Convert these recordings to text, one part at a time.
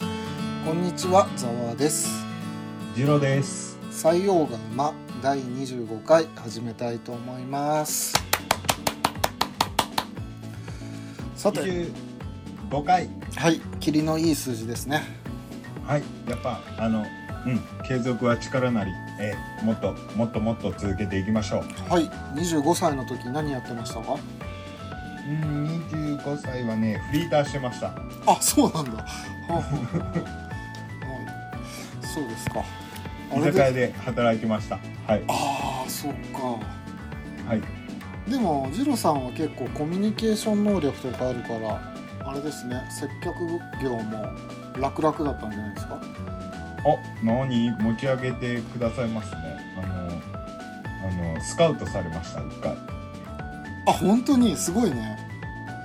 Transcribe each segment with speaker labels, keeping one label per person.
Speaker 1: こんにちは、ざわです。
Speaker 2: ジロです。
Speaker 1: 採用が馬第25回始めたいと思います。さて、
Speaker 2: 九五回。
Speaker 1: はい、霧のいい数字ですね。
Speaker 2: はい。やっぱあのうん継続は力なり、えーもっともっともっと続けていきましょう。
Speaker 1: はい、25歳の時何やってましたか？
Speaker 2: うん二十五歳はねフリーターしてました。
Speaker 1: あ、そうなんだ。はあはあはい、そうですか。あ
Speaker 2: 居
Speaker 1: れ
Speaker 2: 酒
Speaker 1: で、
Speaker 2: 屋で働いてました。はい
Speaker 1: ああ、そうか。
Speaker 2: はい。
Speaker 1: でもジロさんは結構コミュニケーション能力とかあるからあれですね接客業も楽々だったんじゃないですか
Speaker 2: お何持ち上げてくださいますね。あのあのスカウトされました一回。
Speaker 1: あ本当にすごいね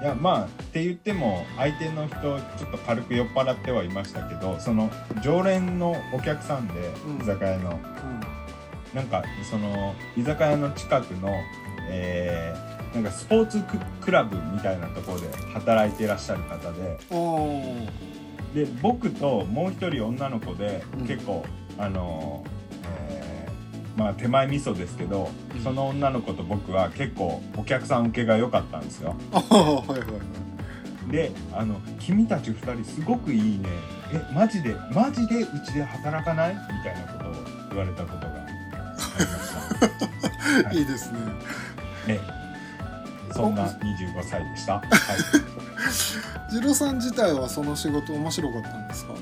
Speaker 2: いやまあって言っても相手の人ちょっと軽く酔っ払ってはいましたけどその常連のお客さんで
Speaker 1: うん
Speaker 2: 居酒屋の、
Speaker 1: う
Speaker 2: なんかその居酒屋の近くの、えーなんかスポーツククラブみたいなところで働いていらっしゃる方で
Speaker 1: んおー
Speaker 2: で僕ともう一人女の子で、
Speaker 1: うん
Speaker 2: 結構あのー、えーまあ手前味噌ですけど、
Speaker 1: うん
Speaker 2: その女の子と僕は結構お客さん受けが良かったんですよ。
Speaker 1: あはいはいはい
Speaker 2: であの「君たち2人すごくいいねえマジでマジでうちで働かない?」みたいなことを言われたことがありましたはい
Speaker 1: いいですね
Speaker 2: ええそんな25歳 でした、はい、
Speaker 1: ジロさん自体はその仕事面白かったんですか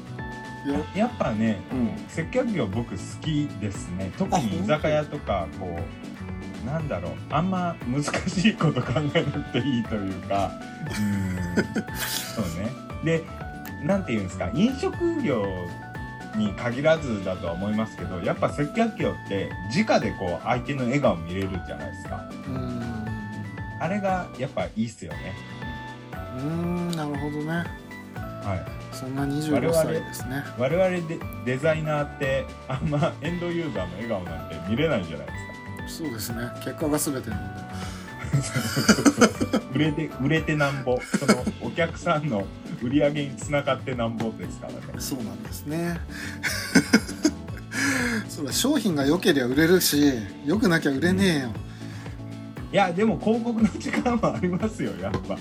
Speaker 1: いや
Speaker 2: やっぱね
Speaker 1: うん
Speaker 2: 接客業僕好きですね特
Speaker 1: あ本当
Speaker 2: に居酒屋とかこうなんだろうあんま難しいこと考えなくていいというかうーんそうねでなんていうんですか飲食業に限らずだとは思いますけどやっぱ接客業って直でこう相手の笑顔見れるじゃないですか
Speaker 1: うーん
Speaker 2: あれがやっぱいいっすよね
Speaker 1: うーんなるほどね
Speaker 2: はい
Speaker 1: そんな25歳ですね
Speaker 2: 我々でデザイナーってあんまエンドユーザーの笑顔なんて見れないじゃないですか
Speaker 1: そうですね結果が全てなんで
Speaker 2: 売れて売れてなんぼそのお客さんの売り上げにつながってなんぼですからね
Speaker 1: そうなんですね。 それ商品が良けりゃ売れるし、良くなきゃ売れねえよ。
Speaker 2: いやでも広告の時間はありますよやっぱ、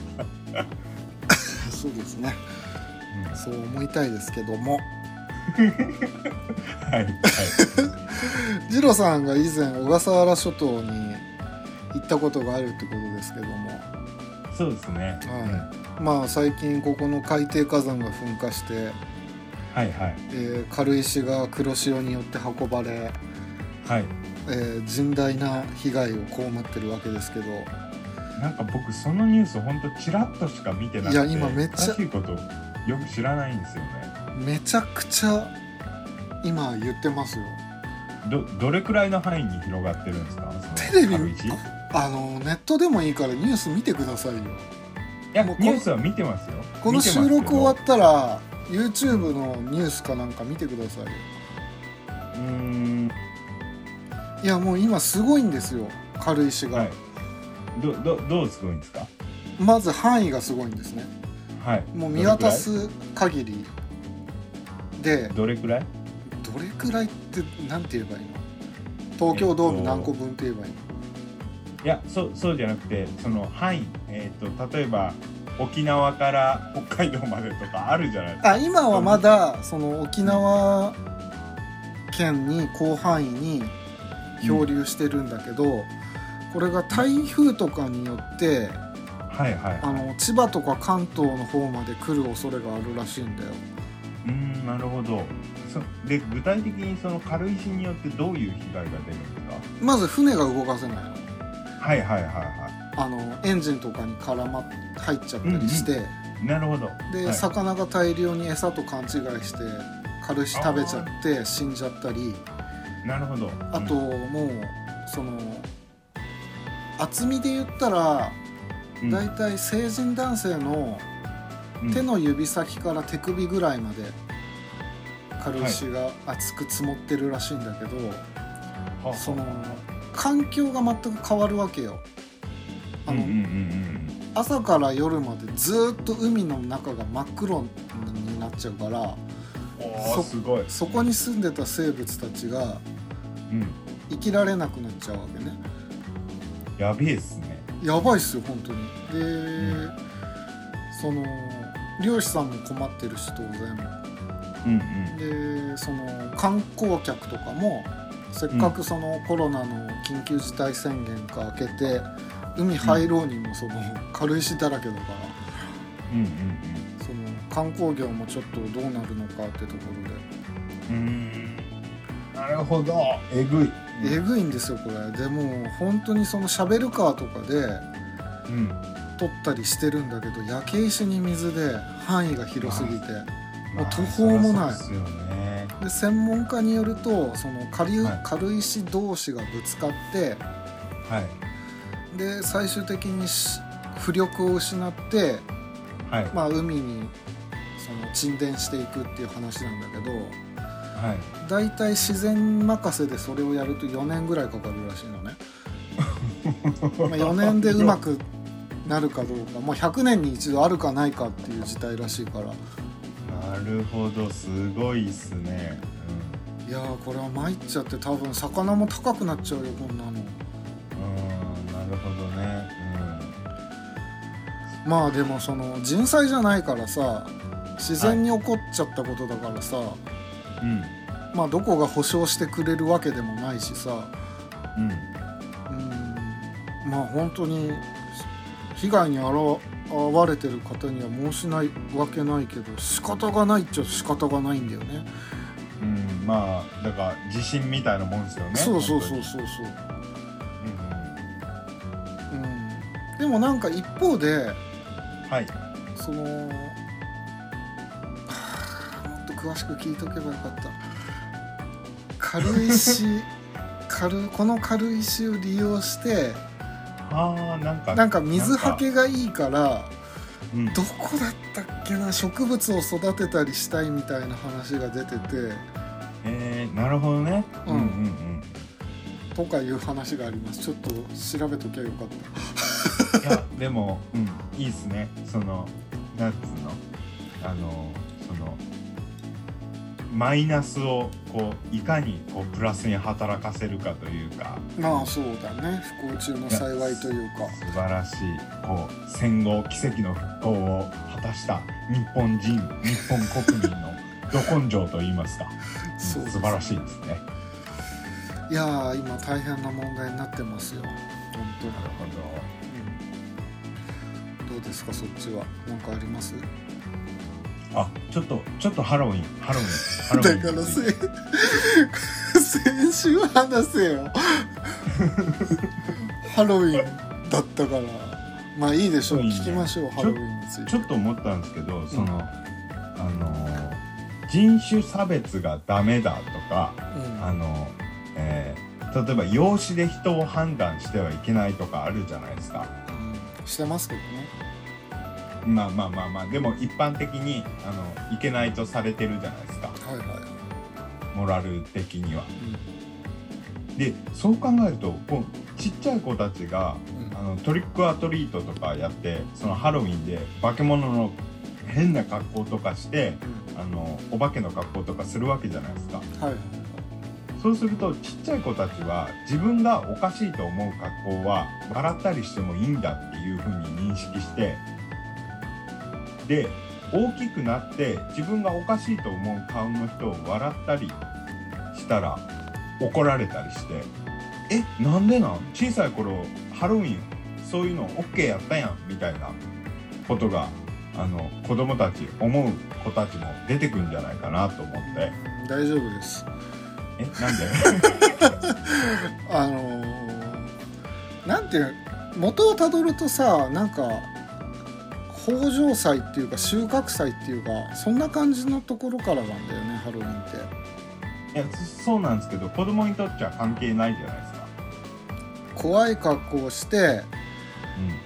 Speaker 1: そうですね。そう思いたいですけども、
Speaker 2: はいはい
Speaker 1: ジロさんが以前小笠原諸島に行ったことがあるってことですけども、
Speaker 2: そうですね、
Speaker 1: はい。まあ最近ここの海底火山が噴火して、
Speaker 2: はいはい
Speaker 1: えー軽石が黒潮によって運ばれ、
Speaker 2: はい
Speaker 1: えー甚大な被害を被ってるわけですけど、
Speaker 2: なんか僕そのニュースほんとチラッとしか見てなくて
Speaker 1: いや今めっちゃ
Speaker 2: 詳しいことよく知らないんですよね
Speaker 1: めちゃくちゃ今言ってますよ。
Speaker 2: どどれくらいの範囲に広がってるんですかそ
Speaker 1: テレ
Speaker 2: の
Speaker 1: ビ
Speaker 2: 軽石い
Speaker 1: あのネットでもいいからニュース見てくださいよ
Speaker 2: や
Speaker 1: もうこ
Speaker 2: ニュースは見てますよ
Speaker 1: この
Speaker 2: 見てます
Speaker 1: 収
Speaker 2: けど
Speaker 1: 録終わったら YouTube のニュースかなんか見てくださいよ
Speaker 2: うーん
Speaker 1: いやもう今すごいんですよ軽石が、
Speaker 2: はいどどどうすごいんですか
Speaker 1: まず範囲がすごいんですね
Speaker 2: はい
Speaker 1: もう見渡す限りで
Speaker 2: どれくらい
Speaker 1: どれくらいって何て言えばいいの東京ドーム何個分って言えばいいの、
Speaker 2: いやそうそうじゃなくてその範囲、えー、と例えば沖縄から北海道までとかあるじゃないですか
Speaker 1: あ今はまだその沖縄県に広範囲に漂流してるんだけど、これが台風とかによって
Speaker 2: はいはいはい
Speaker 1: あの千葉とか関東の方まで来る恐れがあるらしいんだよ
Speaker 2: うーんなるほどそで具体的にその軽石によってどういう被害が出るんです
Speaker 1: まず船が動かせないの
Speaker 2: かはいはいはいは
Speaker 1: あのエンジンとかに絡まっ入っちゃったりして、
Speaker 2: いなるほど
Speaker 1: で、
Speaker 2: はい、
Speaker 1: 魚が大量に餌と勘違いして軽石食べちゃって死んじゃったり
Speaker 2: なるほど
Speaker 1: あと
Speaker 2: うん
Speaker 1: もうその厚みで言ったら
Speaker 2: うん
Speaker 1: 大体成人男性の
Speaker 2: うん
Speaker 1: 手の指先から手首ぐらいまで軽石が厚く積もってるらしいんだけど、
Speaker 2: は
Speaker 1: その環境が全く変わるわけよあの、
Speaker 2: うんうんうんうん
Speaker 1: 朝から夜までずーっと海の中が真っ黒になっちゃうから
Speaker 2: おーすごい
Speaker 1: そこに住んでた生物たちが
Speaker 2: うん
Speaker 1: 生きられなくなっちゃうわけね
Speaker 2: やべえっすね
Speaker 1: やばいっすよ本当にで、
Speaker 2: ん
Speaker 1: その漁師さんも困ってるし当然
Speaker 2: うんうん
Speaker 1: でその観光客とかもせっかくそのコロナの緊急事態宣言が明けて海入ろうにもその軽石だらけだから
Speaker 2: うん
Speaker 1: その観光業もちょっとどうなるのかってところで
Speaker 2: うんうんうーんなるほどえぐい
Speaker 1: えぐいんですよこれでもう本当にそのシャベルカーとかで
Speaker 2: うん
Speaker 1: 撮ったりしてるんだけど焼け石に水で範囲が広すぎてもう
Speaker 2: まあ
Speaker 1: 途方もない
Speaker 2: そりゃそうっすよね
Speaker 1: で専門家によるとその下流
Speaker 2: はい
Speaker 1: 軽石同士がぶつかって
Speaker 2: はい
Speaker 1: で最終的にし浮力を失って、
Speaker 2: はい
Speaker 1: まあ、海にその沈殿していくっていう話なんだけど
Speaker 2: はい
Speaker 1: だいたい自然任せでそれをやると4年ぐらいかかるらしいのね、まあ、4年でうまくなるかどうかもう100年に一度あるかないかっていう事態らしいから
Speaker 2: なるほどすごいっすね、
Speaker 1: いやーこれは参っちゃって多分魚も高くなっちゃうよこんなの
Speaker 2: うん、うんなるほどね
Speaker 1: まあでもその人災じゃないからさ自然に起こっちゃったことだからさ、
Speaker 2: うん
Speaker 1: まあどこが保証してくれるわけでもないしさ
Speaker 2: うん
Speaker 1: うんまあ本当に被害に遭われてる方には申しないわけないけど仕方がないっちゃ仕方がないんだよね
Speaker 2: うん、うん、まあだから地震みたいなもんですよね
Speaker 1: そうそうそう
Speaker 2: 本
Speaker 1: そうそう、
Speaker 2: 当にうんうん
Speaker 1: うん、でもなんか一方で
Speaker 2: はい
Speaker 1: そのはあもっと詳しく聞いとけばよかった軽石軽この軽石を利用して
Speaker 2: ああなんか
Speaker 1: なんか水はけがいいから
Speaker 2: うん
Speaker 1: どこだったっけな植物を育てたりしたいみたいな話が出てて
Speaker 2: えー、なるほどね
Speaker 1: うん
Speaker 2: うんうん
Speaker 1: とかいう話がありますちょっと調べときゃよかっ
Speaker 2: うんいやでも、うん、いいっすねそのなんつうのあのそのマイナスをこういかにこうプラスに働かせるかというか
Speaker 1: たまあそうだね不幸中の幸いというか
Speaker 2: 素晴らしいこう戦後奇跡の復興を果たした日本人日本国民のど根性と言いますか
Speaker 1: そうです
Speaker 2: 素晴らしいですね
Speaker 1: いやー今大変な問題になってますよ本当に
Speaker 2: なるほど
Speaker 1: どうですかそっちは何かあります
Speaker 2: あちょっとちょっとハロウィンハロウィンハロウィ
Speaker 1: だ
Speaker 2: ン
Speaker 1: から
Speaker 2: につい
Speaker 1: せ
Speaker 2: て
Speaker 1: 先週話せよハロウィンだったからまあいいでしょう
Speaker 2: いいね
Speaker 1: 聞きましょうハロウィンについて
Speaker 2: ちょっと思ったんですけどその、あの人種差別がダメだとかあの、えー例えば容姿で人を判断してはいけないとかあるじゃないですか。
Speaker 1: うん、うんしてますけどね
Speaker 2: まあまあまあまあでも一般的にあのいけないとされてるじゃないですか
Speaker 1: はいはい、
Speaker 2: モラル的には。でそう考えるとこうちっちゃい子たちが
Speaker 1: うんうん
Speaker 2: あのトリックアトリートとかやってそのハロウィンで化け物の変な格好とかしてあのお化けの格好とかするわけじゃないですか。
Speaker 1: はいはい
Speaker 2: そうするとちっちゃい子たちは自分がおかしいと思う格好は笑ったりしてもいいんだっていうふうに認識してで大きくなって自分がおかしいと思う顔の人を笑ったりしたら怒られたりして「えなんでなん小さい頃ハロウィンそういうの OK やったやん」みたいなことがあの子供たち思う子たちも出てくんじゃないかなと思って
Speaker 1: うん大丈夫です
Speaker 2: 「えなんで?」
Speaker 1: あのーなんていう元をたどるとさなんか豊穣祭っていうか収穫祭っていうかそんな感じのところからなんだよねハロウィンって
Speaker 2: いやそそうなんですけど子供にとっちゃ関係ないじゃないですか。
Speaker 1: 怖い格好をして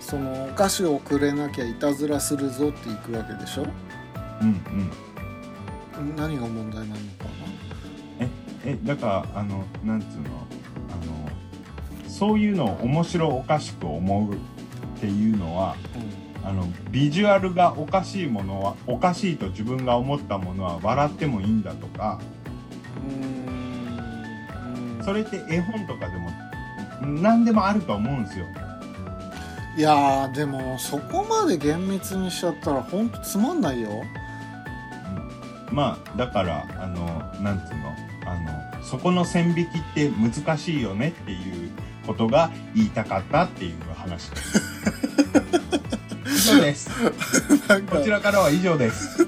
Speaker 1: そのお菓子をくれなきゃいたずらするぞっていくわけでしょ
Speaker 2: うん、うん、うん。
Speaker 1: 何が問題なのか
Speaker 2: えだからあのなんつうのあのそういうのを面白おかしく思うっていうのは
Speaker 1: な、
Speaker 2: あのビジュアルがおかしいものはおかしいと自分が思ったものは笑ってもいいんだとか
Speaker 1: うんうん
Speaker 2: それって絵本とかでも何でもあると思うんですよ。
Speaker 1: いやーでもそこまで厳密にしちゃったらほんとつまんないよ
Speaker 2: まあだからあのなんつうのあのそこの線引きって難しいよねっていうことが言いたかったっていう話です。以上です。
Speaker 1: なんか
Speaker 2: こちらからは以上です。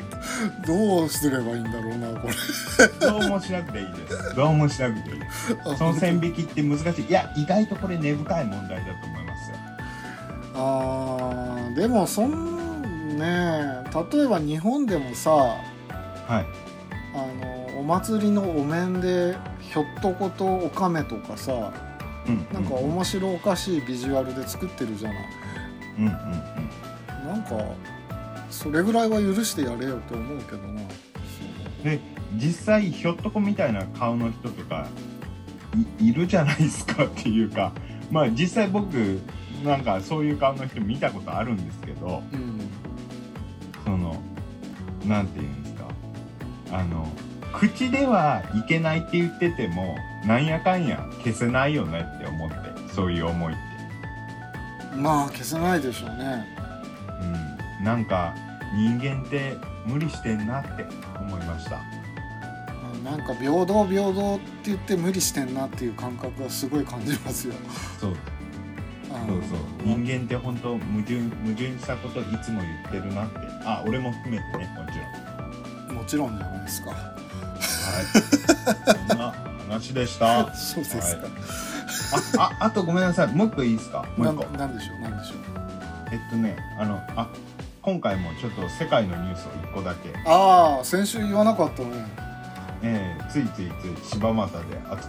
Speaker 1: どうすればいいんだろうなこれ
Speaker 2: どうもしなくていいです。どうもしなくていいです。その線引きって難しい。いや意外とこれ根深い問題だと思いますよ。
Speaker 1: あーでもそんねえ例えば日本でもさ
Speaker 2: はい。
Speaker 1: あのお祭りのお面でひょっとことおかめとかさ
Speaker 2: うん
Speaker 1: なんか面白おかしいビジュアルで作ってるじゃない
Speaker 2: うんうんうん。
Speaker 1: なんかそれぐらいは許してやれよと思うけどな
Speaker 2: で実際ひょっとこみたいな顔の人とかいいるじゃないですかっていうか まあ実際僕なんかそういう顔の人見たことあるんですけど
Speaker 1: うん
Speaker 2: そのなんて言うんですかあの口ではいけないって言っててもなんやかんや消せないよねって思ってそういう思いって。
Speaker 1: まあ消せないでしょうね
Speaker 2: うん、なんか人間って無理してんなって思いました。
Speaker 1: うんなんか平等平等って言って無理してんなっていう感覚はすごい感じますよ
Speaker 2: そう
Speaker 1: あ
Speaker 2: そう
Speaker 1: の
Speaker 2: そう人間って本当矛盾矛盾したこといつも言ってるなってあ俺も含めてねもちろん
Speaker 1: もちろんじゃないですか
Speaker 2: はいそんな話でしたあ
Speaker 1: そうですか、
Speaker 2: ああとごめんなさいもう一個いいですかも
Speaker 1: な
Speaker 2: う一
Speaker 1: ん
Speaker 2: 個
Speaker 1: なんでしょうなんでしょう
Speaker 2: えっとねあのあ今回もちょっと世界のニュースを一個だけ、
Speaker 1: ああ先週言わなかったね
Speaker 2: えーついついつい柴又で熱くなっちゃっ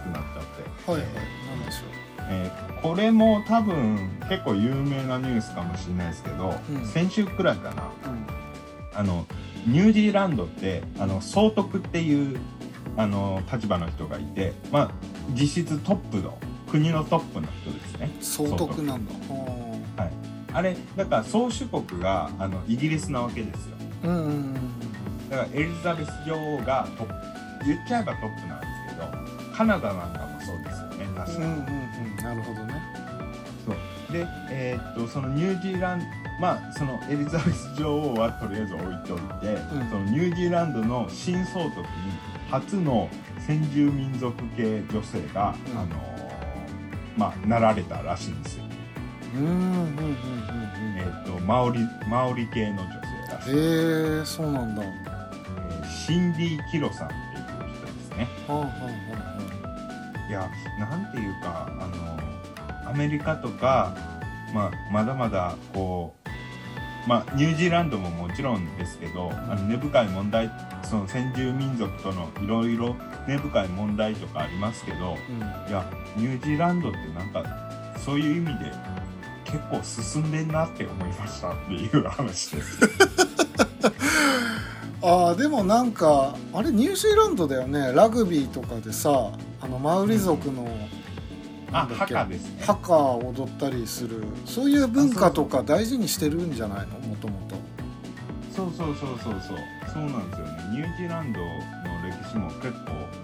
Speaker 2: て、
Speaker 1: はいはいなんでしょ
Speaker 2: えーこれも多分結構有名なニュースかもしれないですけど、
Speaker 1: うん
Speaker 2: 先週くらいかな
Speaker 1: う、うん、
Speaker 2: あのニュージーランドってあの総督っていうあの立場の人がいて、まあ、実質トップの国のトップの人ですね。
Speaker 1: 総督なんだ
Speaker 2: あれだから宗主国があのイギリスなわけですよ。
Speaker 1: あーうんうんうん
Speaker 2: だからエリザベス女王がトップ言っちゃえばトップなんですけどカナダなんかもそうですよね確
Speaker 1: うんう
Speaker 2: か。
Speaker 1: んうんなるほどね
Speaker 2: そうで、えーっとそのニュージーランドまあそのエリザベス女王はとりあえず置いといて、
Speaker 1: ん
Speaker 2: そのニュージーランドの新総督に初の先住民族系女性が、
Speaker 1: うん
Speaker 2: あのーまあなられたらしいんですよ、
Speaker 1: うんうんうんうん
Speaker 2: えーっとマオリマオリ系の女性らしい、え
Speaker 1: うんへえそうなんだは
Speaker 2: ーシンディ・キロさんっていう人ですね
Speaker 1: あはあはい
Speaker 2: やなんていうかあのアメリカとか、まあ、まだまだこう、まあ、ニュージーランドももちろんですけど、あの根深い問題その先住民族とのいろいろ根深い問題とかありますけど
Speaker 1: いはい
Speaker 2: いやニュージーランドってなんかそういう意味で結構進んでんなって思いましたっていう話です。
Speaker 1: うんあーでもなんかあれニュージーランドだよねラグビーとかでさあのマウリ族の
Speaker 2: あ
Speaker 1: なんだ
Speaker 2: ハ
Speaker 1: っけ
Speaker 2: カですね。
Speaker 1: ハッカーを踊ったりするそういう文化とか大事にしてるんじゃないのもともと
Speaker 2: そうそうそうそうそうそうなんですよね。ニュージーランドの歴史も結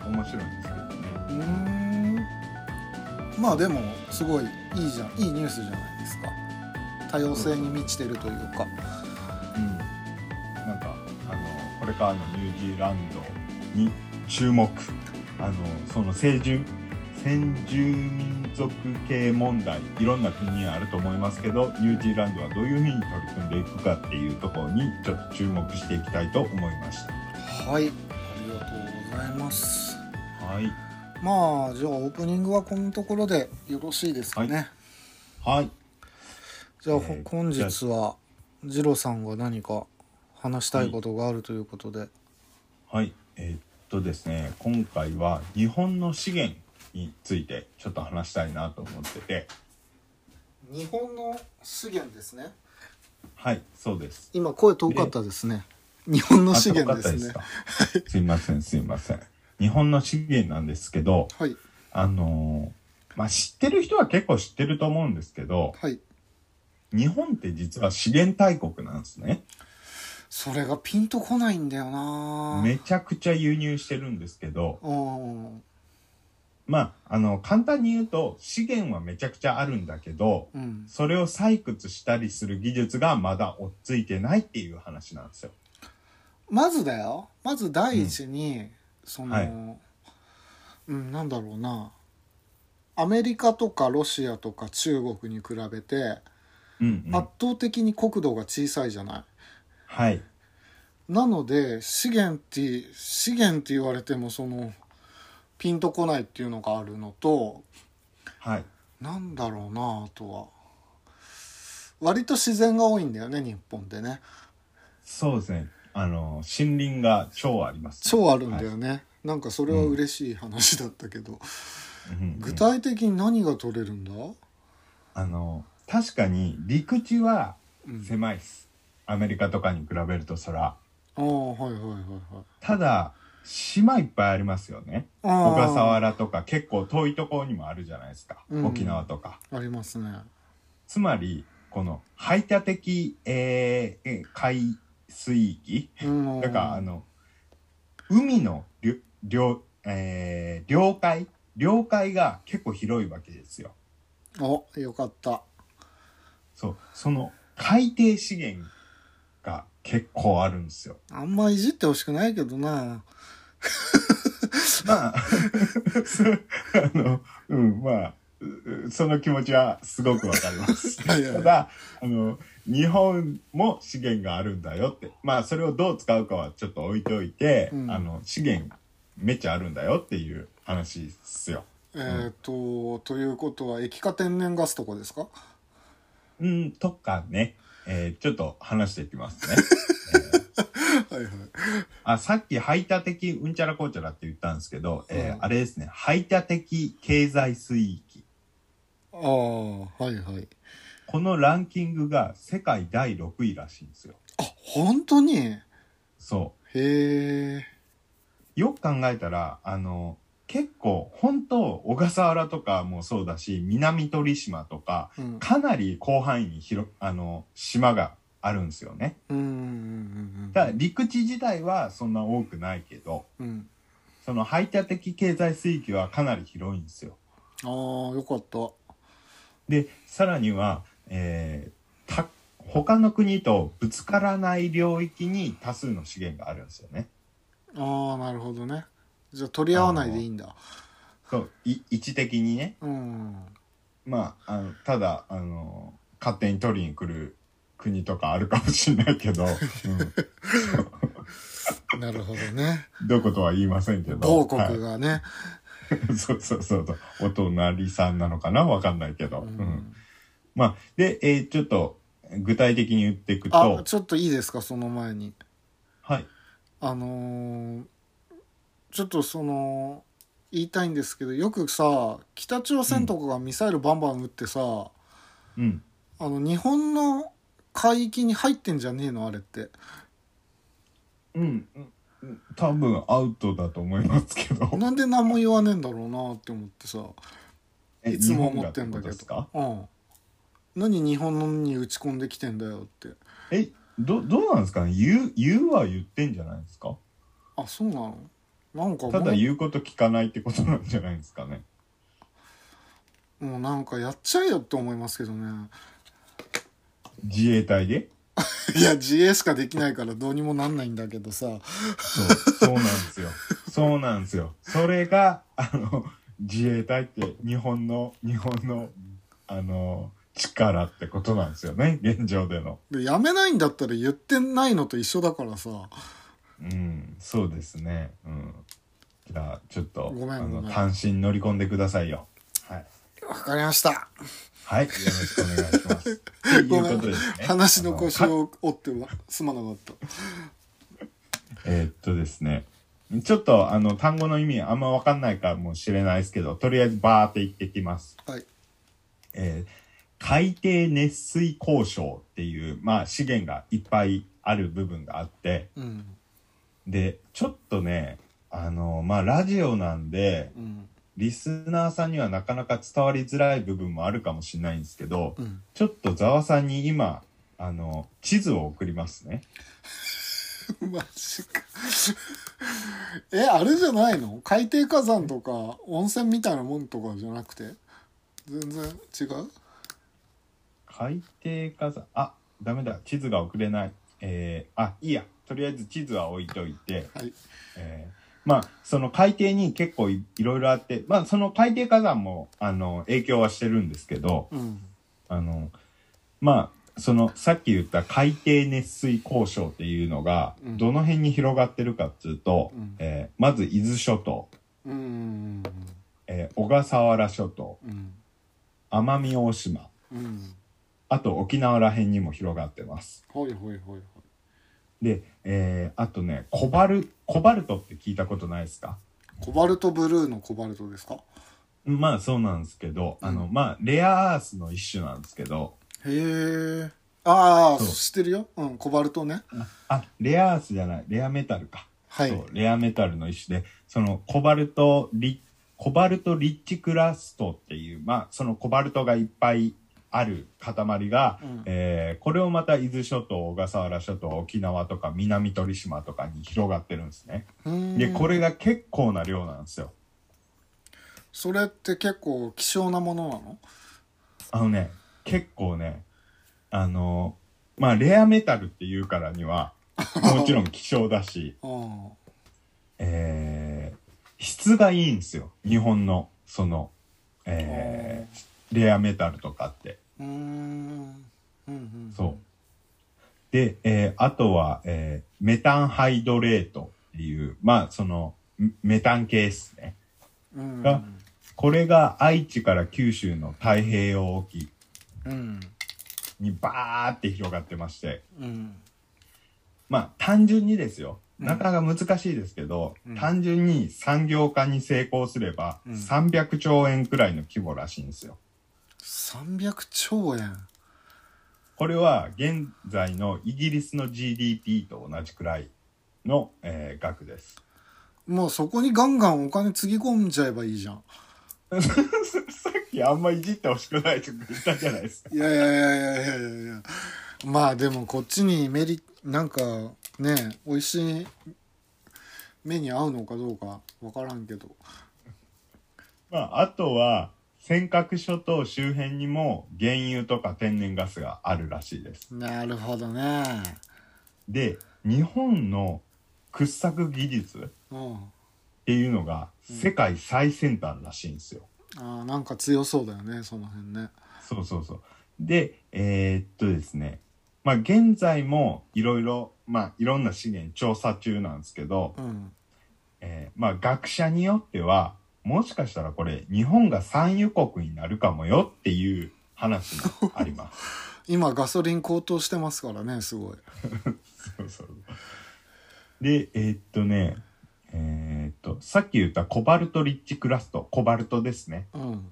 Speaker 2: 構面白いんですけどね。
Speaker 1: うーんまあでもすごいいいじゃんいいニュースじゃないですか多様性に満ちてるというか
Speaker 2: うん、なんかあのこれからのニュージーランドに注目あのその先住先住民族系問題いろんな国にあると思いますけどニュージーランドはどういうふうに取り組んでいくかっていうところにちょっと注目していきたいと思いました。
Speaker 1: はいありがとうございます
Speaker 2: はい、
Speaker 1: まあじゃあオープニングはこのところでよろしいですかね、
Speaker 2: ははい
Speaker 1: じゃあ、
Speaker 2: え
Speaker 1: ほ
Speaker 2: ー
Speaker 1: 本日は次郎さんが何か話したいことがあるということで、
Speaker 2: はい、えーっとですね、今回は日本の資源についてちょっと話したいなと思ってて、
Speaker 1: 日本の資源ですね
Speaker 2: はい、そうです。
Speaker 1: 今声遠かったですね、日本の資源ですね
Speaker 2: あ。遠かったですかすいません、すいません。日本の資源なんですけど、
Speaker 1: はい
Speaker 2: あのーまあ、知ってる人は結構知ってると思うんですけど、
Speaker 1: はい
Speaker 2: 日本って実は資源大国なんですね。
Speaker 1: それがピンとこないんだよな
Speaker 2: めちゃくちゃ輸入してるんですけど、
Speaker 1: うん
Speaker 2: まあ、あの、簡単に言うと、資源はめちゃくちゃあるんだけど、
Speaker 1: うん
Speaker 2: それを採掘したりする技術がまだ追っついてないっていう話なんですよ。
Speaker 1: まずだよまず第一に、その、
Speaker 2: は
Speaker 1: うんなんだろうなアメリカとかロシアとか中国に比べて
Speaker 2: うん、うん
Speaker 1: 圧。倒的に国土が小さいじゃない、
Speaker 2: はい。
Speaker 1: なので資源って資源って言われてもそのピンとこないっていうのがあるのと
Speaker 2: はい。
Speaker 1: なんだろうなあとは割と自然が多いんだよね日本でね
Speaker 2: そうですね。あの、森林が超あります、
Speaker 1: 超あるんだよね、なんかそれは嬉しい話だったけど、
Speaker 2: はい。うんうん
Speaker 1: 具体的に何が取れるんだ、
Speaker 2: あの、確かに陸地は
Speaker 1: うん、
Speaker 2: 狭いです。アメリカとかに比べると空。
Speaker 1: ああはいはいはいはい
Speaker 2: ただ、島いっぱいありますよね。
Speaker 1: あ
Speaker 2: 小
Speaker 1: あ
Speaker 2: 笠原とか結構遠いところにもあるじゃないですか。
Speaker 1: うん
Speaker 2: 沖縄とか。
Speaker 1: あります ね
Speaker 2: つまり、この排他的、えーえー海水域。
Speaker 1: うん
Speaker 2: だから、あの、海のりょ領、えー領海、領海が結構広いわけですよ。
Speaker 1: およかった
Speaker 2: そう。その海底資源が結構あるんですよ。
Speaker 1: あんまいじってほしくないけどな
Speaker 2: まあ、 そうあの、うん、まあ、うその気持ちはすごくわかります。
Speaker 1: はいはい
Speaker 2: ただ、あの、日本も資源があるんだよって。まあ、それをどう使うかはちょっと置いといて、
Speaker 1: うん
Speaker 2: あの、資源めっちゃあるんだよっていう話っすよ。
Speaker 1: えーっ、と、ということは液化天然ガスとかですか
Speaker 2: うん、とかね、えーちょっと話していきますね。
Speaker 1: はいはい。
Speaker 2: あ、さっき排他的うんちゃらこうちゃらって言ったんですけど、えー
Speaker 1: うん
Speaker 2: あれですね、排他的経済水域。
Speaker 1: ああ、はいはい。
Speaker 2: このランキングが世界第6位らしいんですよ。
Speaker 1: あ、本当にへ
Speaker 2: そ
Speaker 1: え。
Speaker 2: う。よく考えたら、あの、結構、本当小笠原とかもそうだし、南鳥島とか、
Speaker 1: うん。
Speaker 2: かなり広範囲に広、あの、島があるんですよね。
Speaker 1: うんうんうん
Speaker 2: だから陸地自体はそんな多くないけど、
Speaker 1: うん。うん。
Speaker 2: その排他的経済水域はかなり広いんですよ。
Speaker 1: ああ、よかった。
Speaker 2: で、さらには、えーた、他の国とぶつからない領域に多数の資源があるんですよね。
Speaker 1: ああ、なるほどね。じゃあ取り合わないでいいんだ。
Speaker 2: そう、い位置的にね。
Speaker 1: うん。
Speaker 2: まあ、あの、ただ、あの、勝手に取りに来る国とかあるかもしれない けど、うん
Speaker 1: なるほどね。
Speaker 2: どことは言いませんけど。
Speaker 1: 某国がね。
Speaker 2: はい、 そうそうそうそう。お隣さんなのかなわかんないけど。
Speaker 1: う
Speaker 2: うん
Speaker 1: ん
Speaker 2: まあ、で、えーちょっと、具体的に言っていく
Speaker 1: あ、
Speaker 2: と、
Speaker 1: ちょっといいですか、その前に。
Speaker 2: はい。
Speaker 1: あのーちょっとその言いたいんですけどよくさ北朝鮮とかがミサイルバンバン撃ってさ、
Speaker 2: うん。
Speaker 1: あの日本の海域に入ってんじゃねえのあれって
Speaker 2: うん、うん多分アウトだと思いますけど。
Speaker 1: なんで何も言わねえんだろうなって思ってさ
Speaker 2: え
Speaker 1: いつも思ってんだ
Speaker 2: 日本がてこと
Speaker 1: け
Speaker 2: ですか
Speaker 1: ど、うん、何日本のに打ち込んできてんだよって
Speaker 2: え、ど、どうなんですかね言う、言うは言ってんじゃないですか
Speaker 1: あそうなのなんかもう
Speaker 2: ただ言うこと聞かないってことなんじゃないですかね。
Speaker 1: もうなんかやっちゃえよって思いますけどね
Speaker 2: 自衛隊で
Speaker 1: いや自衛しかできないからどうにもなんないんだけどさ
Speaker 2: そう、そうなんですよ。そうなんですよ。それが、あの、自衛隊って日本の、日本の、あの、力ってことなんですよね。現状での。
Speaker 1: でやめないんだったら言ってないのと一緒だからさ
Speaker 2: うん、そうですね。うん。じゃあ、ちょっと、
Speaker 1: ごめん
Speaker 2: あ
Speaker 1: ご
Speaker 2: の、
Speaker 1: めん
Speaker 2: 単身乗り込んでくださいよ。はい。
Speaker 1: わかりました
Speaker 2: はい、よろしくお願いします。とい う
Speaker 1: ご
Speaker 2: こ
Speaker 1: めん
Speaker 2: とですね。
Speaker 1: 話の腰
Speaker 2: あの。か
Speaker 1: を折ってはすまなかった
Speaker 2: えーっとですね。ちょっと、あの、単語の意味あんまわかんないかもしれないですけど、とりあえずバーって言ってきます。
Speaker 1: はい
Speaker 2: えー海底熱水交渉っていう、まあ、資源がいっぱいある部分があって、
Speaker 1: うん
Speaker 2: で、ちょっとね、あの、まあ、ラジオなんで、
Speaker 1: うん
Speaker 2: リスナーさんにはなかなか伝わりづらい部分もあるかもしれないんですけど、
Speaker 1: うん、
Speaker 2: ちょっとざわさんに今、あの、地図を送りますね。
Speaker 1: マジか えあれじゃないの海底火山とか温泉みたいなもんとかじゃなくて全然違う
Speaker 2: 海底火山、あ、ダメだ、地図が送れない。えー、あ、いいや、とりあえず地図は置いといて、
Speaker 1: はい
Speaker 2: えーまあ、その海底に結構いいろいろあって、まあ、その海底火山も、あの、影響はしてるんですけど、
Speaker 1: うん
Speaker 2: あの、まあ、その、さっき言った海底熱水交渉っていうのが、
Speaker 1: うん
Speaker 2: どの辺に広がってるかっていうと、
Speaker 1: うん
Speaker 2: えーまず伊豆諸島、
Speaker 1: うん
Speaker 2: えー小笠原諸島、
Speaker 1: うん
Speaker 2: 奄美大島、
Speaker 1: うん
Speaker 2: あと沖縄ら辺にも広がってます。
Speaker 1: ほいほいほいほい
Speaker 2: で、えーあとね、コバル、コバルトって聞いたことないですか
Speaker 1: コバルトブルーのコバルトですか
Speaker 2: まあそうなんですけど、あの、
Speaker 1: う
Speaker 2: まあ、レアアースの一種なんですけど、
Speaker 1: へえああ
Speaker 2: そう
Speaker 1: 知ってるようんコバルトね
Speaker 2: あ、レアアースじゃない、レアメタルか。
Speaker 1: はい
Speaker 2: そうレアメタルの一種でそのコバルトリコバルトリッチクラストっていう、まあ、そのコバルトがいっぱいある塊が、
Speaker 1: うん
Speaker 2: えーこれをまた伊豆諸島小笠原諸島沖縄とか南鳥島とかに広がってるんですね
Speaker 1: うーん
Speaker 2: でこれが結構な量なんですよ
Speaker 1: それって結構希少なものなの
Speaker 2: あのね結構ねあのまあレアメタルっていうからにはもちろん希少だし、
Speaker 1: あ
Speaker 2: えー質がいいんですよ日本のその、
Speaker 1: あ
Speaker 2: えーレアメタルとかって。
Speaker 1: うーんうんうん
Speaker 2: そう。で、えーあとは、えーメタンハイドレートっていう、まあ、その、メメタン系ですね。
Speaker 1: うん
Speaker 2: がこれが愛知から九州の太平洋沖
Speaker 1: うん
Speaker 2: にバーって広がってまして、
Speaker 1: うん
Speaker 2: まあ、単純にですよ。
Speaker 1: うん
Speaker 2: なかなか難しいですけど、
Speaker 1: うん
Speaker 2: 単純に産業化に成功すれば、
Speaker 1: うん
Speaker 2: 300兆円くらいの規模らしいんですよ。
Speaker 1: 300兆円
Speaker 2: これは現在のイギリスの GDP と同じくらいの、えー額です。
Speaker 1: もうそこにガンガンお金つぎ込んじゃえばいいじゃん
Speaker 2: さっきあんまいじってほしくないとか言ったじゃないですか。
Speaker 1: いやいやいやいやいやいやいやまあでもこっちにメリなんかね美味しい目に合うのかどうか分からんけど
Speaker 2: まあ、あとは、尖閣諸島周辺にも原油とか天然ガスがあるらしいです。
Speaker 1: なるほどね
Speaker 2: で、日本の掘削技術っ
Speaker 1: うん
Speaker 2: ていうのが世界最先端らしいんですよ。
Speaker 1: あーなんか強そうだよねその辺ね
Speaker 2: そうそうそう。で、えーっとですね。まあ、現在もいろいろ、まあ、いろんな資源調査中なんですけど、
Speaker 1: うん
Speaker 2: えーまあ学者によってはもしかしたらこれ日本が産油国になるかもよっていう話もあります
Speaker 1: 今ガソリン高騰してますからねすごい
Speaker 2: そうそうでえーっとねえーっとさっき言ったコバルトリッチクラストコバルトですね
Speaker 1: うん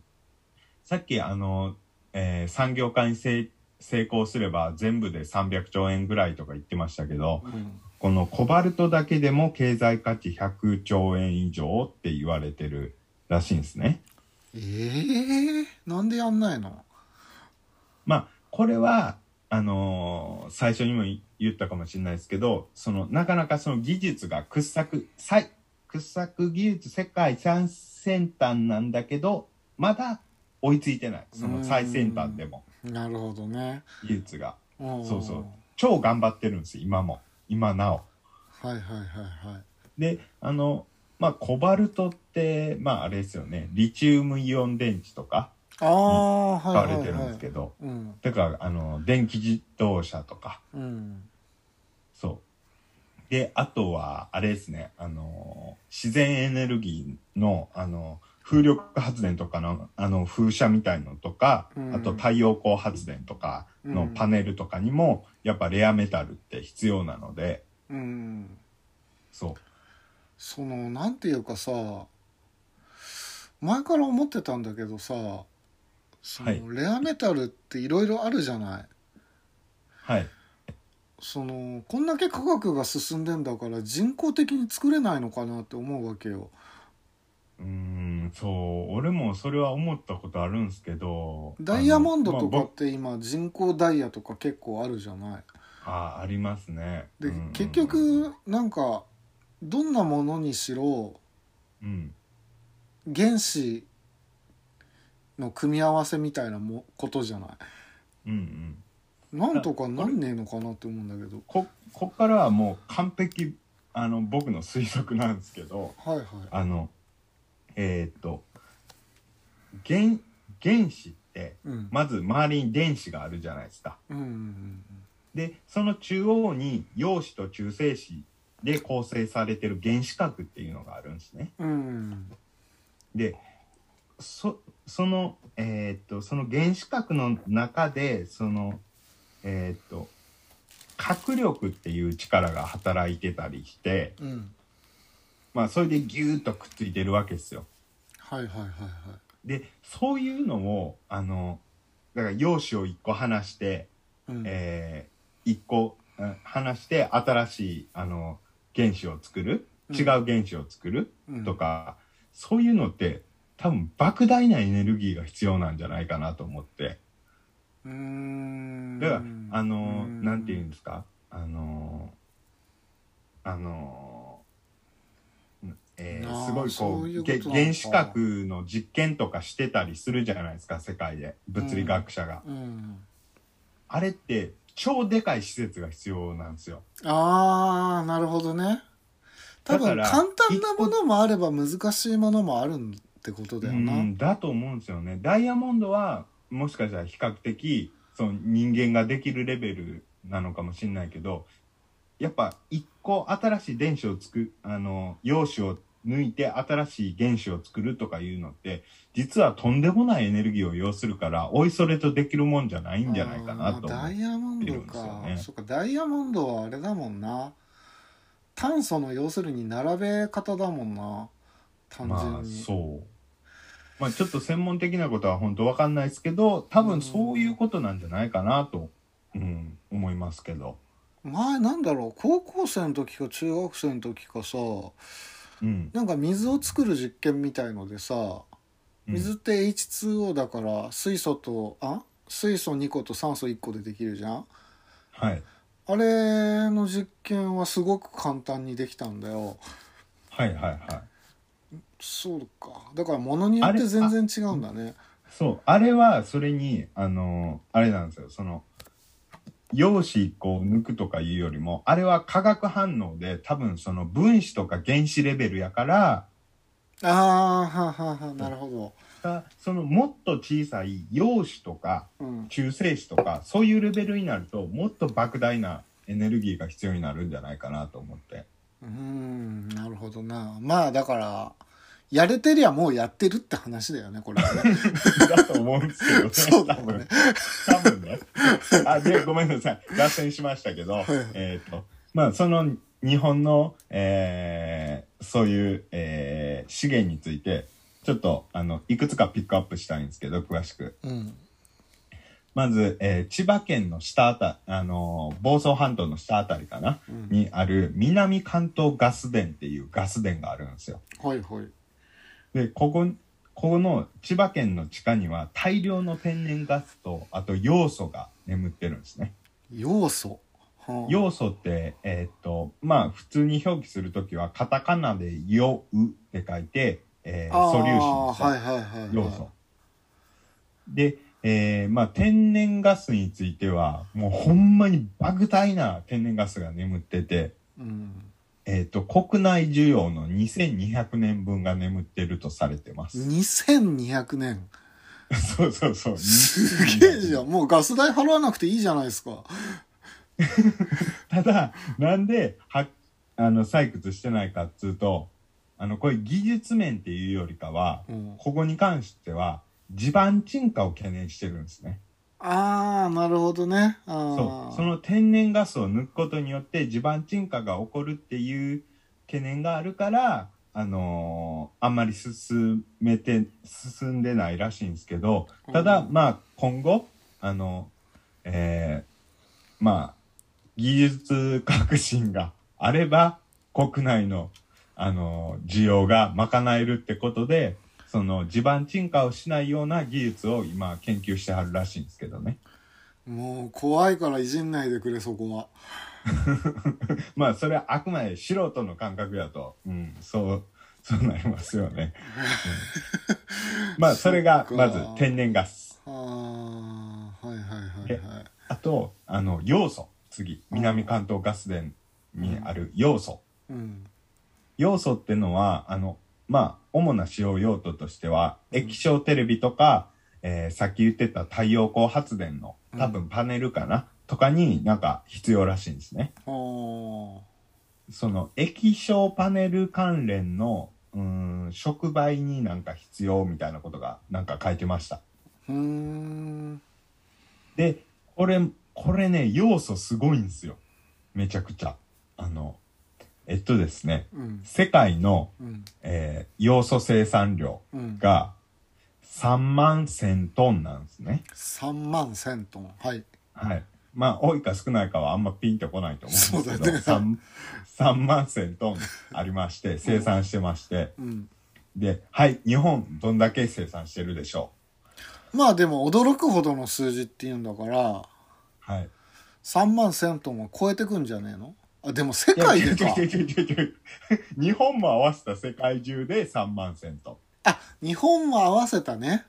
Speaker 2: さっきあの、えー産業化に成成功すれば全部で300兆円ぐらいとか言ってましたけど
Speaker 1: うん
Speaker 2: このコバルトだけでも経済価値100兆円以上って言われてるらしいんですね
Speaker 1: ええなんでやんないの
Speaker 2: まあこれはあのー最初にもい言ったかもしれないですけどそのなかなかその技術が掘削最掘削技術世界最先端なんだけどまだ追いついてないその最先端でも
Speaker 1: なるほどね
Speaker 2: 技術が
Speaker 1: うん
Speaker 2: そうそう超頑張ってるんです今も今なお。
Speaker 1: はいはいはいはい
Speaker 2: であのまあコバルトってまああれですよねリチウムイオン電池とか
Speaker 1: ああ
Speaker 2: 使
Speaker 1: は
Speaker 2: わ
Speaker 1: いはい
Speaker 2: れ
Speaker 1: はい
Speaker 2: てるんですけど、
Speaker 1: うん
Speaker 2: だからあの電気自動車とか
Speaker 1: うん
Speaker 2: そう。で、あとは、あれですね、あのー、自然エネルギーの、あのー、風力発電とかの、あの、風車みたいのとか、
Speaker 1: うん
Speaker 2: あと太陽光発電とか
Speaker 1: う
Speaker 2: の
Speaker 1: ん
Speaker 2: パネルとかにも、やっぱレアメタルって必要なので、
Speaker 1: うん
Speaker 2: そう。
Speaker 1: そのなんていうかさ前から思ってたんだけどさその、
Speaker 2: はい
Speaker 1: レアメタルっていろいろあるじゃない
Speaker 2: はい。
Speaker 1: そのこんだけ科学が進んでんだから人工的に作れないのかなって思うわけよ
Speaker 2: うーん、うん、そう俺もそれは思ったことあるんですけど
Speaker 1: ダイヤモンドと
Speaker 2: あのま
Speaker 1: か
Speaker 2: あ
Speaker 1: って今人工ダイヤとか結構あるじゃない
Speaker 2: 僕あありますね
Speaker 1: で、
Speaker 2: うんうん
Speaker 1: 結局なんかどんなものにしろ
Speaker 2: うん
Speaker 1: 原子の組み合わせみたいなもことじゃない
Speaker 2: うんうん
Speaker 1: なんとかなんねえのかなって思うんだけど
Speaker 2: ここっからはもう完璧あの僕の推測なんですけど
Speaker 1: はいはい
Speaker 2: あのえーっと原原子って
Speaker 1: うん、
Speaker 2: まず周りに電子があるじゃないですか。
Speaker 1: うんうんうん
Speaker 2: でその中央に陽子と中性子で構成されてる原子核っていうのがあるんですね。
Speaker 1: うん
Speaker 2: でそそのえーっとその原子核の中でそのえーっと核力っていう力が働いてたりして、
Speaker 1: うん
Speaker 2: まあそれでギューッとくっついてるわけですよ。
Speaker 1: はいはいはいはい
Speaker 2: でそういうのをあのだから陽子を1個離して、
Speaker 1: うん
Speaker 2: えー、1個うん離して新しいあの原子を作る違う原子を作る
Speaker 1: うん
Speaker 2: とか、そういうのって多分莫大なエネルギーが必要なんじゃないかなと思って
Speaker 1: うーん
Speaker 2: だからあの
Speaker 1: うん
Speaker 2: なんていうんですかあのあのうんえ
Speaker 1: あ
Speaker 2: ー、
Speaker 1: ー
Speaker 2: すごいこ
Speaker 1: そうういうこと
Speaker 2: げ
Speaker 1: なのか
Speaker 2: 原子核の実験とかしてたりするじゃないですか世界で物理学者が、
Speaker 1: うん
Speaker 2: あれって超でかい施設が必要なんですよ
Speaker 1: ああなるほどね多分
Speaker 2: だから
Speaker 1: 簡単なものもあれば難しいものもあるってことだよな、
Speaker 2: うんだと思うんですよねダイヤモンドはもしかしたら比較的その人間ができるレベルなのかもしれないけどやっぱ一個新しい電子を作るあの陽子を抜いて新しい原子を作るとかいうのって実はとんでもないエネルギーを要するからおいそれとできるもんじゃないんじゃないかなと
Speaker 1: あーダ
Speaker 2: 思う。
Speaker 1: イヤモン
Speaker 2: って
Speaker 1: ド
Speaker 2: るんですよ
Speaker 1: か、
Speaker 2: ね
Speaker 1: そっかダイヤモンドはあれだもんな炭素の要するに並べ方だもんな単
Speaker 2: まあ
Speaker 1: 純に、
Speaker 2: そう。まあちょっと専門的なことは本当わかんないですけど多分そういうことなんじゃないかなと、うん、思いますけど。
Speaker 1: 前なんだろう高校生の時か中学生の時かさ
Speaker 2: うん、
Speaker 1: なんか水を作る実験みたいのでさ
Speaker 2: うん
Speaker 1: 水って H2O だから水素とあ水素2個と酸素1個でできるじゃん
Speaker 2: はい
Speaker 1: あれの実験はすごく簡単にできたんだよ
Speaker 2: はいはいはい
Speaker 1: そうかだから物によって全然違うんだね
Speaker 2: そうあれはそれにあのーあれなんですよその陽子1個を抜くとかいうよりもあれは化学反応で多分その分子とか原子レベルやから
Speaker 1: ああーはあはあはあなるほ
Speaker 2: あそのもっと小さい陽子とか
Speaker 1: どうん
Speaker 2: 中性子とかそういうレベルになるともっと莫大なエネルギーが必要になるんじゃないかなと思って
Speaker 1: うーんなるほどなまあだからやれてりゃもうやってるって話だよねこれはね
Speaker 2: だと思うんですけどね
Speaker 1: そうだ
Speaker 2: 多
Speaker 1: よ
Speaker 2: 分
Speaker 1: ね
Speaker 2: 多分ね。あ、で、ごめんなさい。脱線しましたけど、えっ、と、まあ、その日本の、えーそういう、えー資源について、ちょっと、あの、いくつかピックアップしたいんですけど、詳しく。
Speaker 1: うん
Speaker 2: まず、えー千葉県の下あたり、あのー房総半島の下あたりかな、
Speaker 1: うん
Speaker 2: にある南関東ガス田っていうガス田があるんですよ。
Speaker 1: はいはい
Speaker 2: で、ここ、この千葉県の地下には大量の天然ガスと、あと要素が眠ってるんですね。
Speaker 1: 要素はあ
Speaker 2: 要素って、えーっと、まあ、普通に表記するときは、カタカナで、よ、うって書いて、えー
Speaker 1: あー
Speaker 2: 素粒子にした、
Speaker 1: はいはいはいはい
Speaker 2: 要素。で、えーまあ、天然ガスについては、もうほんまに莫大な天然ガスが眠ってて、
Speaker 1: うん
Speaker 2: えーっと、国内需要の2200年分が眠ってるとされてます。
Speaker 1: 2200年
Speaker 2: そうそうそう。
Speaker 1: すげえじゃんもうガス代払わなくていいじゃないですか
Speaker 2: ただなんではあの採掘してないかっつうとあのこれ技術面っていうよりかは、
Speaker 1: うん
Speaker 2: ここに関しては地盤沈下を懸念してるんですね
Speaker 1: ああなるほどねあ
Speaker 2: そうそ
Speaker 1: ー
Speaker 2: の天然ガスを抜くことによって地盤沈下が起こるっていう懸念があるからあのーあんまり進めて進んでないらしいんですけどただ、
Speaker 1: うん
Speaker 2: まあ今後あのえーまあ技術革新があれば国内のあの需要が賄えるってことでその地盤沈下をしないような技術を今研究してはるらしいんですけどね
Speaker 1: もう怖いからいじんないでくれそこは
Speaker 2: まあそれはあくまで素人の感覚だと、うん、そう そうなりますよね、う んまあそれが
Speaker 1: そっか
Speaker 2: まず天然ガス
Speaker 1: あーはいはいはいはい
Speaker 2: あとあの要素次南関東ガス田にある要素、
Speaker 1: うん
Speaker 2: 要素ってのはあのまあ主な使用用途としては液晶テレビとか、えーさっき言ってた太陽光発電の多分パネルかな、とかになんか必要らしいんですね。
Speaker 1: あー
Speaker 2: その液晶パネル関連のうーん触媒になんか必要みたいなことがなんか書いてました。
Speaker 1: うーん
Speaker 2: でこれこれね要素すごいんですよめちゃくちゃ。あのえっとですね
Speaker 1: うん
Speaker 2: 世界の、
Speaker 1: うん
Speaker 2: えー要素生産量
Speaker 1: うん
Speaker 2: が3万1000トンなんですね。
Speaker 1: 3万1000トンはい
Speaker 2: はい。まあ、多いか少ないかはあんまピンとこないと思うんですけ
Speaker 1: そうだ
Speaker 2: ど、
Speaker 1: ね
Speaker 2: 三3万1000トンありまして、生産してまして、
Speaker 1: うん
Speaker 2: で、はい、日本どんだけ生産してるでしょ
Speaker 1: まあでも驚くほどの数字っていうんだから
Speaker 2: う。はい。
Speaker 1: 3万1000トンは超えてくんじゃねえのあでも世界で
Speaker 2: いや
Speaker 1: か
Speaker 2: ちょいちょいちょいちょいちょい 日本も合わせた世界中で3万1000ト
Speaker 1: あ日本は合わせたね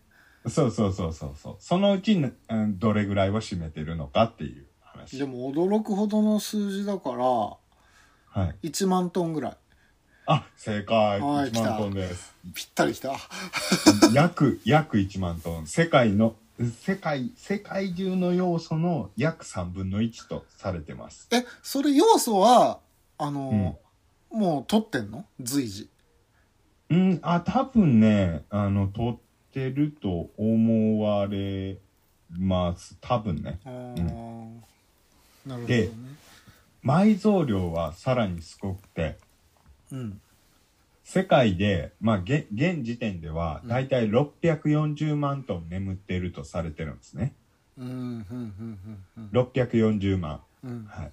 Speaker 2: ン。そうそうそうそうそう。そのうち、うん、どれぐらいを占めてるのかっていう話。
Speaker 1: でも驚くほどの数字だから
Speaker 2: はい。
Speaker 1: 1万トンぐらい
Speaker 2: あ、正解。
Speaker 1: はい来
Speaker 2: 1万
Speaker 1: た
Speaker 2: トンです。
Speaker 1: ぴったりきた
Speaker 2: 約約1万トン世界の世界世界中の要素の約3分の1とされてます
Speaker 1: えそれ要素はあの、もう取ってんの随時
Speaker 2: うんあ多分ねあの取ってると思われます多分ね
Speaker 1: あー
Speaker 2: う
Speaker 1: なるほどね
Speaker 2: で埋蔵量はさらにすごくて
Speaker 1: うん
Speaker 2: 世界で、まあ、げ現時点では
Speaker 1: うん
Speaker 2: だいたい640万トン眠っているとされてるんですね
Speaker 1: うんうんうんうん
Speaker 2: 640万
Speaker 1: うんうん
Speaker 2: はい、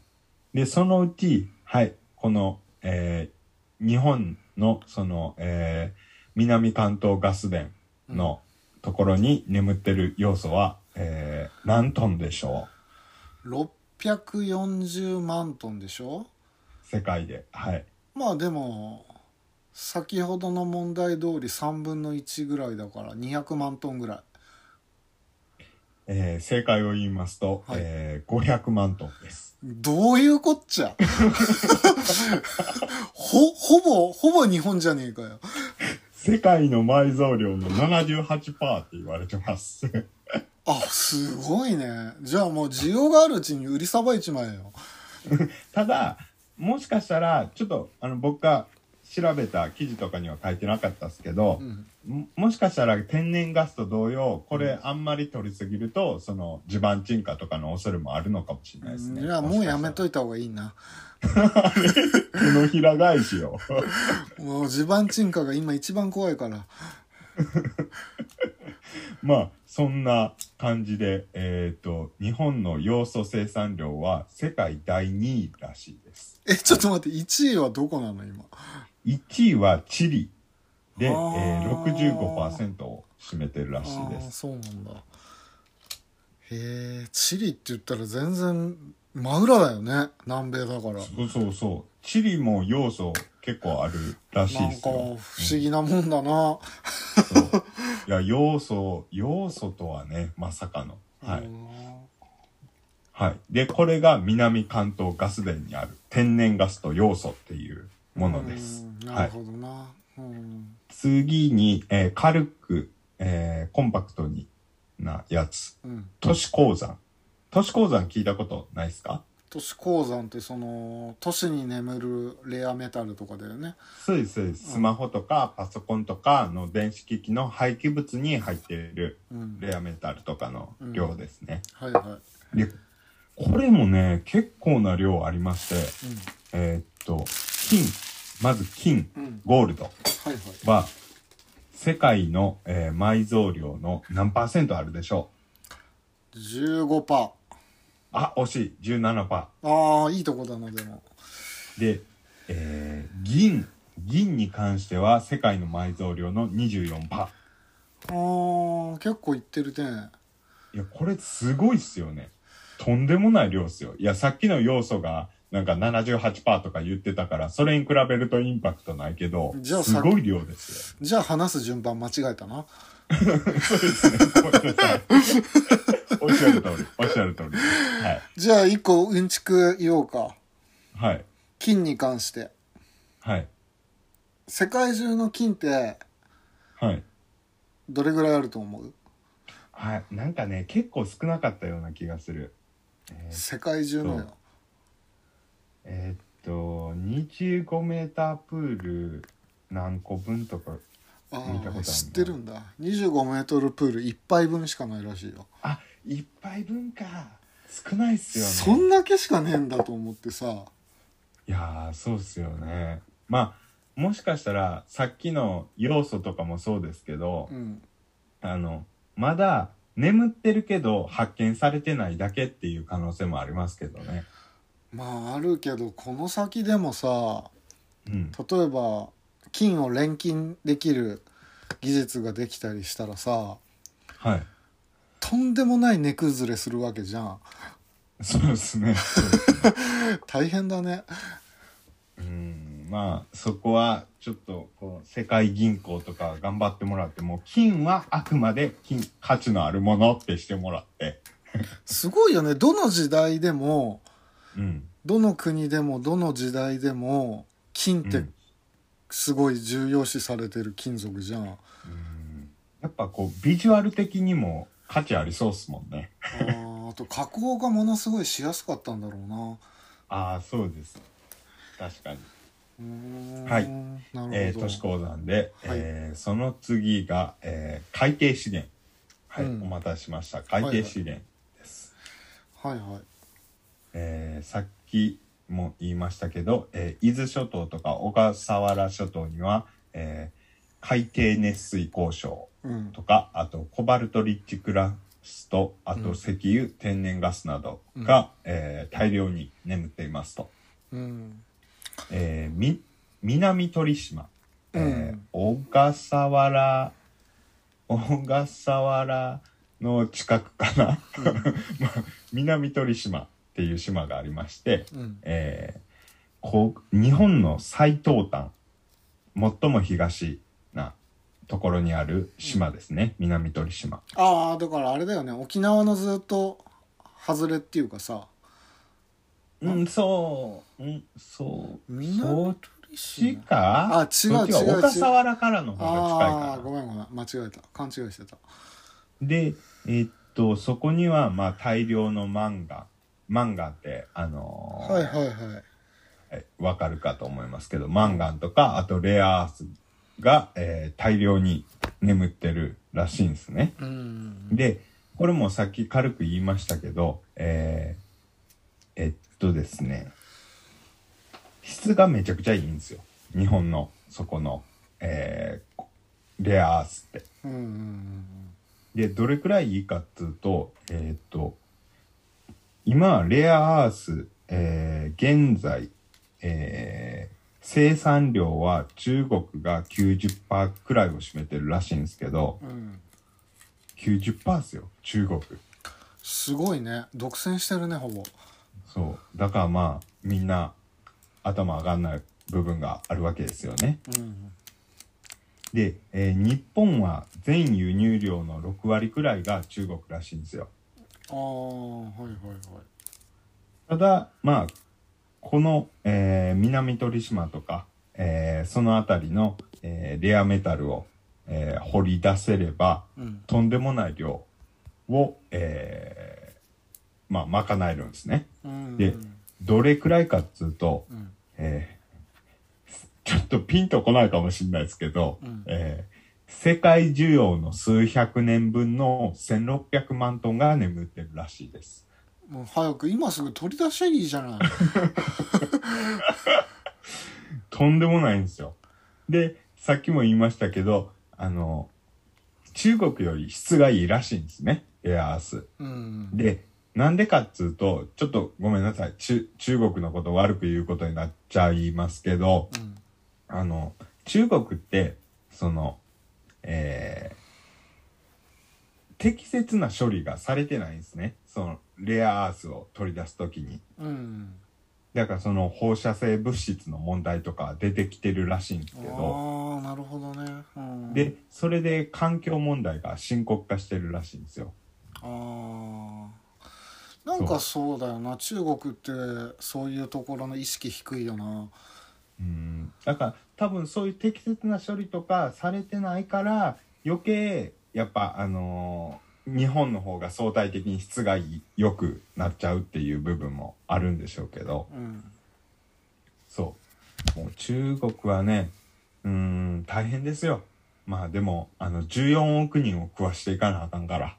Speaker 2: でそのうち、はい、この、えー日本のその、えー南関東ガス田のところに眠ってる要素は、えー何トンでしょ
Speaker 1: 640万トンでしょ
Speaker 2: う世界で、はい、
Speaker 1: まあでも先ほどの問題通り3分の1ぐらいだから200万トンぐらい
Speaker 2: えー正解を言いますと、
Speaker 1: はい
Speaker 2: えー500万トンです。
Speaker 1: どういうこっちゃ ほほぼほぼ日本じゃねえかよ
Speaker 2: 世界の埋蔵量の78%って言われてます。
Speaker 1: あすごいねじゃあもう需要があるうちに売りさばいちまえよ
Speaker 2: ただもしかしたらちょっとあの僕が調べた記事とかには書いてなかったですけど、
Speaker 1: うん
Speaker 2: ももしかしたら天然ガスと同様これあんまり取りすぎるとその地盤沈下とかの恐れもあるのかもしれないですね
Speaker 1: いやもうやめと
Speaker 2: い
Speaker 1: いた方がいいな
Speaker 2: て手のひら返しを
Speaker 1: もう地盤沈下が今一番怖いから
Speaker 2: まあそんな感じでえっ、と日本の要素生産量は世界第2位らしいです
Speaker 1: えちょっと待って1位はどこなの今
Speaker 2: 1位はチリで、え
Speaker 1: あ
Speaker 2: ー、
Speaker 1: ー
Speaker 2: 65%を占めてるらしいで
Speaker 1: あー
Speaker 2: す
Speaker 1: そうなんだへえチリって言ったら全然真裏だよね南米だから
Speaker 2: そうそうそう。チリも要素結構あるらしい
Speaker 1: なん
Speaker 2: で
Speaker 1: か
Speaker 2: す
Speaker 1: 不
Speaker 2: よ。
Speaker 1: 思議なもんだな、
Speaker 2: そういや、要素、要素とはね、まさかの。は
Speaker 1: う
Speaker 2: い。
Speaker 1: ん
Speaker 2: はい。で、これが南関東ガス田にある天然ガスと要素っていうものです
Speaker 1: うん。
Speaker 2: は
Speaker 1: ないる。ほどな、うん
Speaker 2: 次に、えー軽く、えーコンパクトになやつ。
Speaker 1: うん、
Speaker 2: 都市鉱山。都市鉱山聞いたことないですか
Speaker 1: 都市鉱山ってその都市に眠るレアメタルとかだよね
Speaker 2: そうです、そうです。スマホとかパソコンとかの電子機器の廃棄物に入っている
Speaker 1: うん
Speaker 2: レアメタルとかの量ですね、
Speaker 1: はいは
Speaker 2: でこれもね結構な量ありまして
Speaker 1: いうん
Speaker 2: えーっと金まず金
Speaker 1: うん
Speaker 2: ゴールド
Speaker 1: はいはい
Speaker 2: は世界の、えー埋蔵量の何パーセントあるでしょう
Speaker 1: 15パ
Speaker 2: あ惜しい17パ
Speaker 1: ーああいいとこだなでも
Speaker 2: ーで、えー銀銀に関しては世界の埋蔵量の24パー
Speaker 1: あー結構行ってるね
Speaker 2: いや、これすごいっすよね。とんでもない量っすよ。いや、さっきの要素が、なんか78%とか言ってたから、それに比べるとインパクトないけど、
Speaker 1: じゃあ
Speaker 2: す
Speaker 1: さ
Speaker 2: ごい量です
Speaker 1: じゃあ話す順番間違えたな
Speaker 2: よ。そうですね。ごめんなさいおっしゃる通り、おっしゃる通り。はい。
Speaker 1: じゃあ一個うんちく言おうか
Speaker 2: はい。
Speaker 1: 菌に関して
Speaker 2: はい。
Speaker 1: 世界中の菌って
Speaker 2: はい。
Speaker 1: どれぐらいあると思う
Speaker 2: はい。なんかね、結構少なかったような気がする。えー
Speaker 1: 世界中のよ
Speaker 2: えーっと、25メータープール何個分とか。
Speaker 1: あ
Speaker 2: 見たことある
Speaker 1: あ
Speaker 2: な
Speaker 1: 知ってるんだ2 5ルプール1杯分しかないらしいよ
Speaker 2: あ、いっぱい分か。少ないっすよね。
Speaker 1: そんだけしかねえんだと思ってさ
Speaker 2: いやーそうっすよねまあもしかしたらさっきの要素とかもそうですけど
Speaker 1: う、ん
Speaker 2: あのまだ眠ってるけど発見されてないだけっていう可能性もありますけどね
Speaker 1: まああるけどこの先でもさ
Speaker 2: うん
Speaker 1: 例えば菌を錬金できる技術ができたりしたらさ
Speaker 2: はい
Speaker 1: とんでもない根崩れするわけじゃん
Speaker 2: そうですね
Speaker 1: 大変だね
Speaker 2: うんまあそこはちょっとこう世界銀行とか頑張ってもらってもう金はあくまで金価値のあるものってしてもらって
Speaker 1: すごいよねどの時代でも
Speaker 2: うん
Speaker 1: どの国でもどの時代でも金っ
Speaker 2: う
Speaker 1: て
Speaker 2: ん
Speaker 1: すごい重要視されてる金属じゃん、あ
Speaker 2: うんやっぱこうビジュアル的にも価値ありそうっすもんね
Speaker 1: ーあと加工がものすごいしやすかったんだろうな
Speaker 2: ああそうです確かに、
Speaker 1: うーん
Speaker 2: はい
Speaker 1: なるほど、
Speaker 2: えー、都市鉱山で、
Speaker 1: はい
Speaker 2: えーその次が、えー海底資源はい、
Speaker 1: うん
Speaker 2: お待たせしました海底資源です、
Speaker 1: はいはい
Speaker 2: えーさっきも言いましたけど、えー伊豆諸島とか小笠原諸島には、えー海底熱水鉱床
Speaker 1: うん
Speaker 2: とかあとコバルトリッチクラスとあ
Speaker 1: うん
Speaker 2: と石油、天然ガスなどが、えー大量に眠っていますと。
Speaker 1: うん
Speaker 2: えーみ南鳥島、えー小笠原小笠原の近くかな、 まあ、南鳥島っていう島がありまして、
Speaker 1: うん
Speaker 2: えーこう日本の最東端最も東なところにある島ですね、南鳥島
Speaker 1: ああだからあれだよね沖縄のずっと外れっていうかさ
Speaker 2: うんそううんそう
Speaker 1: 南
Speaker 2: 鳥島か
Speaker 1: あ違う
Speaker 2: そっちは
Speaker 1: 違う違う
Speaker 2: 小笠原からの方が近いか
Speaker 1: ああ
Speaker 2: ら
Speaker 1: ーごめんごめん間違えた勘違いしてた
Speaker 2: で、えっと、そこには、まあ、大量の漫画。漫画って、あのー
Speaker 1: はいはいはい
Speaker 2: えわかるかと思いますけど、マンガンとか、あとレアアースが、えー大量に眠ってるらしいんですね。
Speaker 1: うん
Speaker 2: で、これもさっき軽く言いましたけど、えーえっとですね、質がめちゃくちゃいいんですよ。日本の、そこの、えーレアアースって。
Speaker 1: うんうんうん
Speaker 2: でどれくらいいいかっつうとえーっと今レアアース、えー現在、えー生産量は中国が90%くらいを占めてるらしいんですけど
Speaker 1: うんうん
Speaker 2: 90%ですよ中国
Speaker 1: すごいね独占してるねほぼ
Speaker 2: そうだからまあみんな頭上がんない部分があるわけですよね
Speaker 1: うん
Speaker 2: で、えー日本は全輸入量の6割くらいが中国らしいんですよ
Speaker 1: ああはいはいはい
Speaker 2: ただまあこの、えー南鳥島とか、えーその辺りの、えーレアメタルを、えー掘り出せれば
Speaker 1: うん
Speaker 2: とんでもない量を、えーまあ賄えるんですね。
Speaker 1: うん
Speaker 2: でどれくらいかっつうと、
Speaker 1: うん
Speaker 2: えーちょっとピンとこないかもしれないですけど、
Speaker 1: うん
Speaker 2: えー世界需要の数百年分の1600万トンが眠ってるらしいです。
Speaker 1: もう早く今すぐ取り出しゃいいじゃない
Speaker 2: とんでもないんですよ。で、さっきも言いましたけど、あの、中国より質がいいらしいんですね、エアアース。
Speaker 1: うん
Speaker 2: で、なんでかっつうと、ちょっとごめんなさい、中、中国のこと悪く言うことになっちゃいますけど、
Speaker 1: うん
Speaker 2: あの、中国って、その、えー適切な処理がされてないんですね。そのレアアースを取り出すときに。
Speaker 1: うん
Speaker 2: だからその放射性物質の問題とか出てきてるらしいんですけど。
Speaker 1: ああなるほどね、うん、
Speaker 2: で、それで環境問題が深刻化してるらしいんですよ。
Speaker 1: あーなんかそうだよな中国ってそういうところの意識低いよな
Speaker 2: うん。だから多分そういう適切な処理とかされてないから余計やっぱあのー日本の方が相対的に質が良くなっちゃうっていう部分もあるんでしょうけど。
Speaker 1: うん
Speaker 2: そう。もう中国はね、うーん、大変ですよ。まあでも、あの、14億人を食わしていかなあかんから。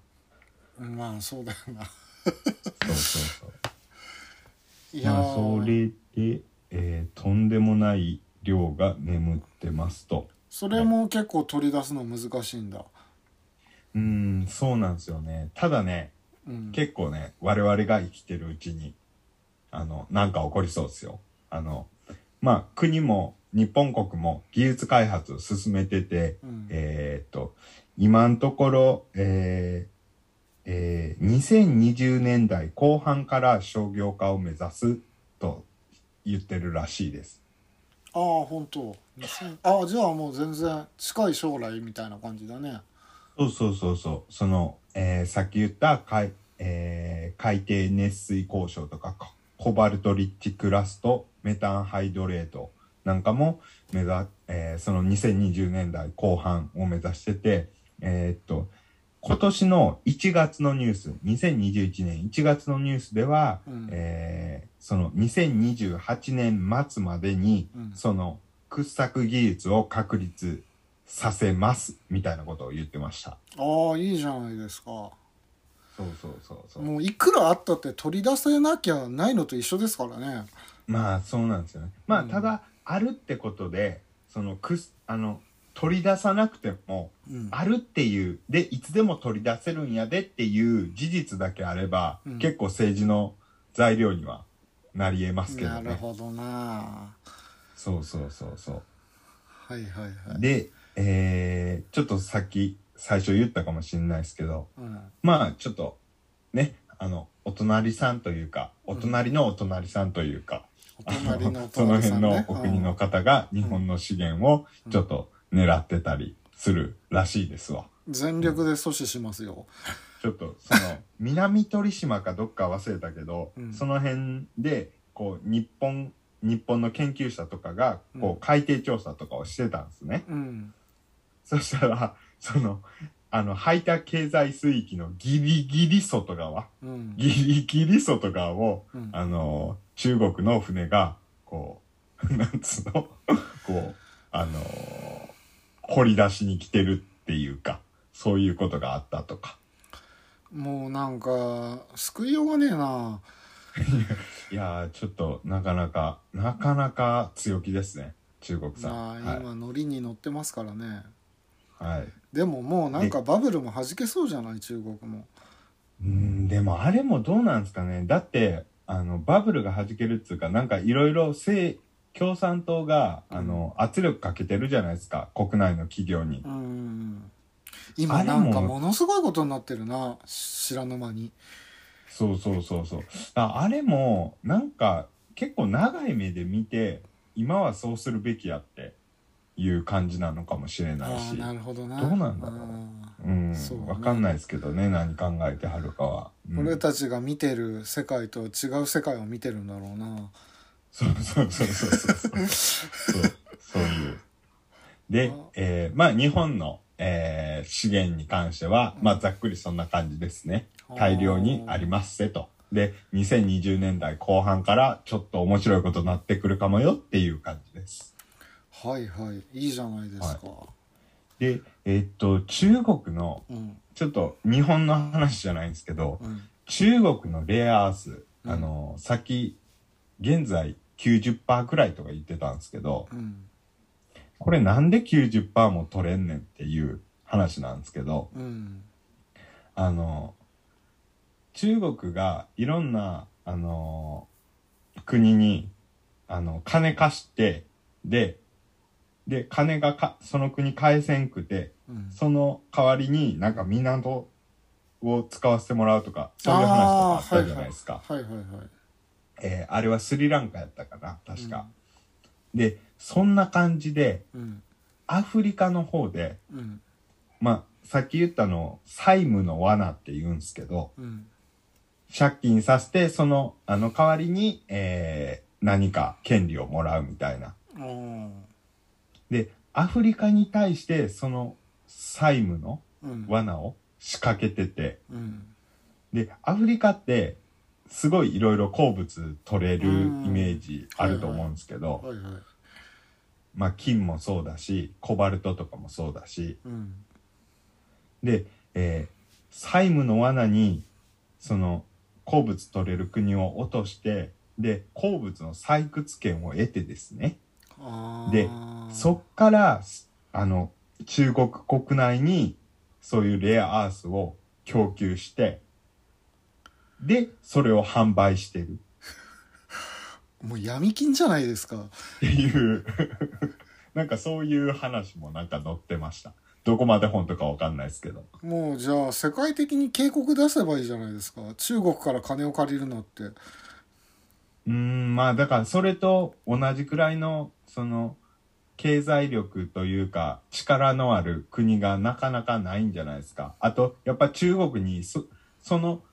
Speaker 1: まあそうだよな
Speaker 2: そうそうそう。
Speaker 1: いやー
Speaker 2: まあ、それで、えーとんでもない量が眠ってますと。
Speaker 1: それも結構取り出すの難しいんだ、
Speaker 2: うーん、そうなんですよね。ただね、
Speaker 1: うん、
Speaker 2: 結構ね、我々が生きてるうちに、あの、なんか起こりそうですよ。あの、まあ、国も、日本国も技術開発を進めてて、
Speaker 1: うん
Speaker 2: えーっと、今のところ、えーえー2020年代後半から商業化を目指すと言ってるらしいです。
Speaker 1: ああ本当2000ああじゃあもう全然近い将来みたいな感じだね
Speaker 2: そうそうそうそう。その、えーさっき言った海、えー海底熱水交渉とか、ココバルトリッチクラスト、メタンハイドレートなんかも目指、えーその2020年代後半を目指してて、えーっと、今年の1月のニュース、2021年1月のニュースでは、
Speaker 1: うん
Speaker 2: えーその2028年末までに、
Speaker 1: うん
Speaker 2: その掘削技術を確立させますみたいなことを言ってました。
Speaker 1: ああいいじゃないですか
Speaker 2: そうそうそうそう。
Speaker 1: もういくらあったって取り出せなきゃないのと一緒ですからね
Speaker 2: まあそうなんですよね。まあ
Speaker 1: うん
Speaker 2: ただ、あるってことで、そのくす、あの、取り出さなくても、
Speaker 1: うん
Speaker 2: あるっていう、で、いつでも取り出せるんやでっていう事実だけあれば、
Speaker 1: うん
Speaker 2: 結構政治の材料にはなり得ますけど
Speaker 1: なる
Speaker 2: ね。
Speaker 1: ほどな
Speaker 2: そうそうそうそう。
Speaker 1: はいはいはい
Speaker 2: で、えー、ちょっとさっき最初言ったかもしれないですけど、
Speaker 1: うん
Speaker 2: まあちょっとね、あの、お隣さんというか、お隣のお隣さんというか、
Speaker 1: お
Speaker 2: あ
Speaker 1: 隣のお
Speaker 2: のその
Speaker 1: 隣さ
Speaker 2: 辺
Speaker 1: んね
Speaker 2: のお国の方が日本の資源をちょっと狙ってたりするらしいですわ。
Speaker 1: うん全力で阻止しますよ
Speaker 2: ちょっとそ の南鳥島かどっか忘れたけど、
Speaker 1: うん
Speaker 2: その辺でこう日本日本の研究者とかが
Speaker 1: うん
Speaker 2: こう海底調査とかをしてたんですね。
Speaker 1: うん
Speaker 2: そしたらそのあの排他経済水域のギリギリ外側
Speaker 1: うん
Speaker 2: ギリギリ外側を
Speaker 1: うん
Speaker 2: あの中国の船がこう なんつうのこうあの掘り出しに来てるっていうかそういうことがあったとか
Speaker 1: もうなんか救いようがねえない
Speaker 2: やーちょっとなかなかなかなか強気ですね中国さ
Speaker 1: ま
Speaker 2: ん、
Speaker 1: あ今ノリに乗ってますからね
Speaker 2: はい、はい、
Speaker 1: でももうなんかバブルも弾けそうじゃない中国も
Speaker 2: うんでもあれもどうなんですかねだってあのバブルが弾けるっつうかなんかいろいろ政共産党があの圧力かけてるじゃないですか国内の企業に
Speaker 1: う。ん今なんかものすごいことになってるな知らぬ間に
Speaker 2: そうそうそうそうああれもなんか結構長い目で見て今はそうするべきやっていう感じなのかもしれ
Speaker 1: あ
Speaker 2: ない
Speaker 1: あ
Speaker 2: し
Speaker 1: なるほどな
Speaker 2: どうなんだろううん、
Speaker 1: そうね
Speaker 2: わかんないですけどね何考えてはるかは、う
Speaker 1: うん
Speaker 2: ん
Speaker 1: 俺たちが見てる世界と違う世界を見てるんだろうな
Speaker 2: そうそうそうそうそうそうそうそういうで
Speaker 1: あ、
Speaker 2: えーまあ日本の、えー資源に関しては、まあざっくりそんな感じですね大量にありますせとで2020年代後半からちょっと面白いことになってくるかもよっていう感じです
Speaker 1: はいはいいいじゃないですか、
Speaker 2: でえーっと中国の
Speaker 1: うん
Speaker 2: ちょっと日本の話じゃないんですけど、
Speaker 1: うん
Speaker 2: 中国のレアアース、
Speaker 1: うん
Speaker 2: あの、先、現在90%くらいとか言ってたんですけど、
Speaker 1: うん
Speaker 2: これなんで90%も取れんねんっていう話なんですけど、
Speaker 1: うん
Speaker 2: あの、中国がいろんな、あの、国に、あの、金貸して、で、で、金がか、その国返せんくて、
Speaker 1: うん
Speaker 2: その代わりになんか港を使わせてもらうとか、そういう話とかあったじゃないですか。
Speaker 1: はいはいはい
Speaker 2: えーあれはスリランカやったかな、確か。で、そんな感じで、
Speaker 1: うん
Speaker 2: アフリカの方で、
Speaker 1: うん
Speaker 2: まあ、さっき言ったのを債務の罠って言うんですけど、
Speaker 1: うん
Speaker 2: 借金させて、その、あの代わりに、えー何か権利をもらうみたいな。
Speaker 1: あー
Speaker 2: で、アフリカに対して、その債務の
Speaker 1: うん
Speaker 2: 罠を仕掛けてて、
Speaker 1: うん
Speaker 2: で、アフリカって、すごいいろいろ鉱物取れるイメージあると思うんですけど、
Speaker 1: はいはい
Speaker 2: まあ、金もそうだし、コバルトとかもそうだし、
Speaker 1: うん
Speaker 2: で、えー債務の罠にその鉱物取れる国を落としてで鉱物の採掘権を得てですね
Speaker 1: あー
Speaker 2: でそっからすあの中国国内にそういうレアアースを供給してでそれを販売してる
Speaker 1: もう闇金じゃないですか
Speaker 2: っていう なんかそういう話もなんか載ってましたどこまで本とかわかんないですけど
Speaker 1: もうじゃあ世界的に警告出せばいいじゃないですか中国から金を借りるなって
Speaker 2: うーん、まあだからそれと同じくらいの、その、経済力というか、力のある国がなかなかないんじゃないですか。あと、やっぱ中国にそ、その、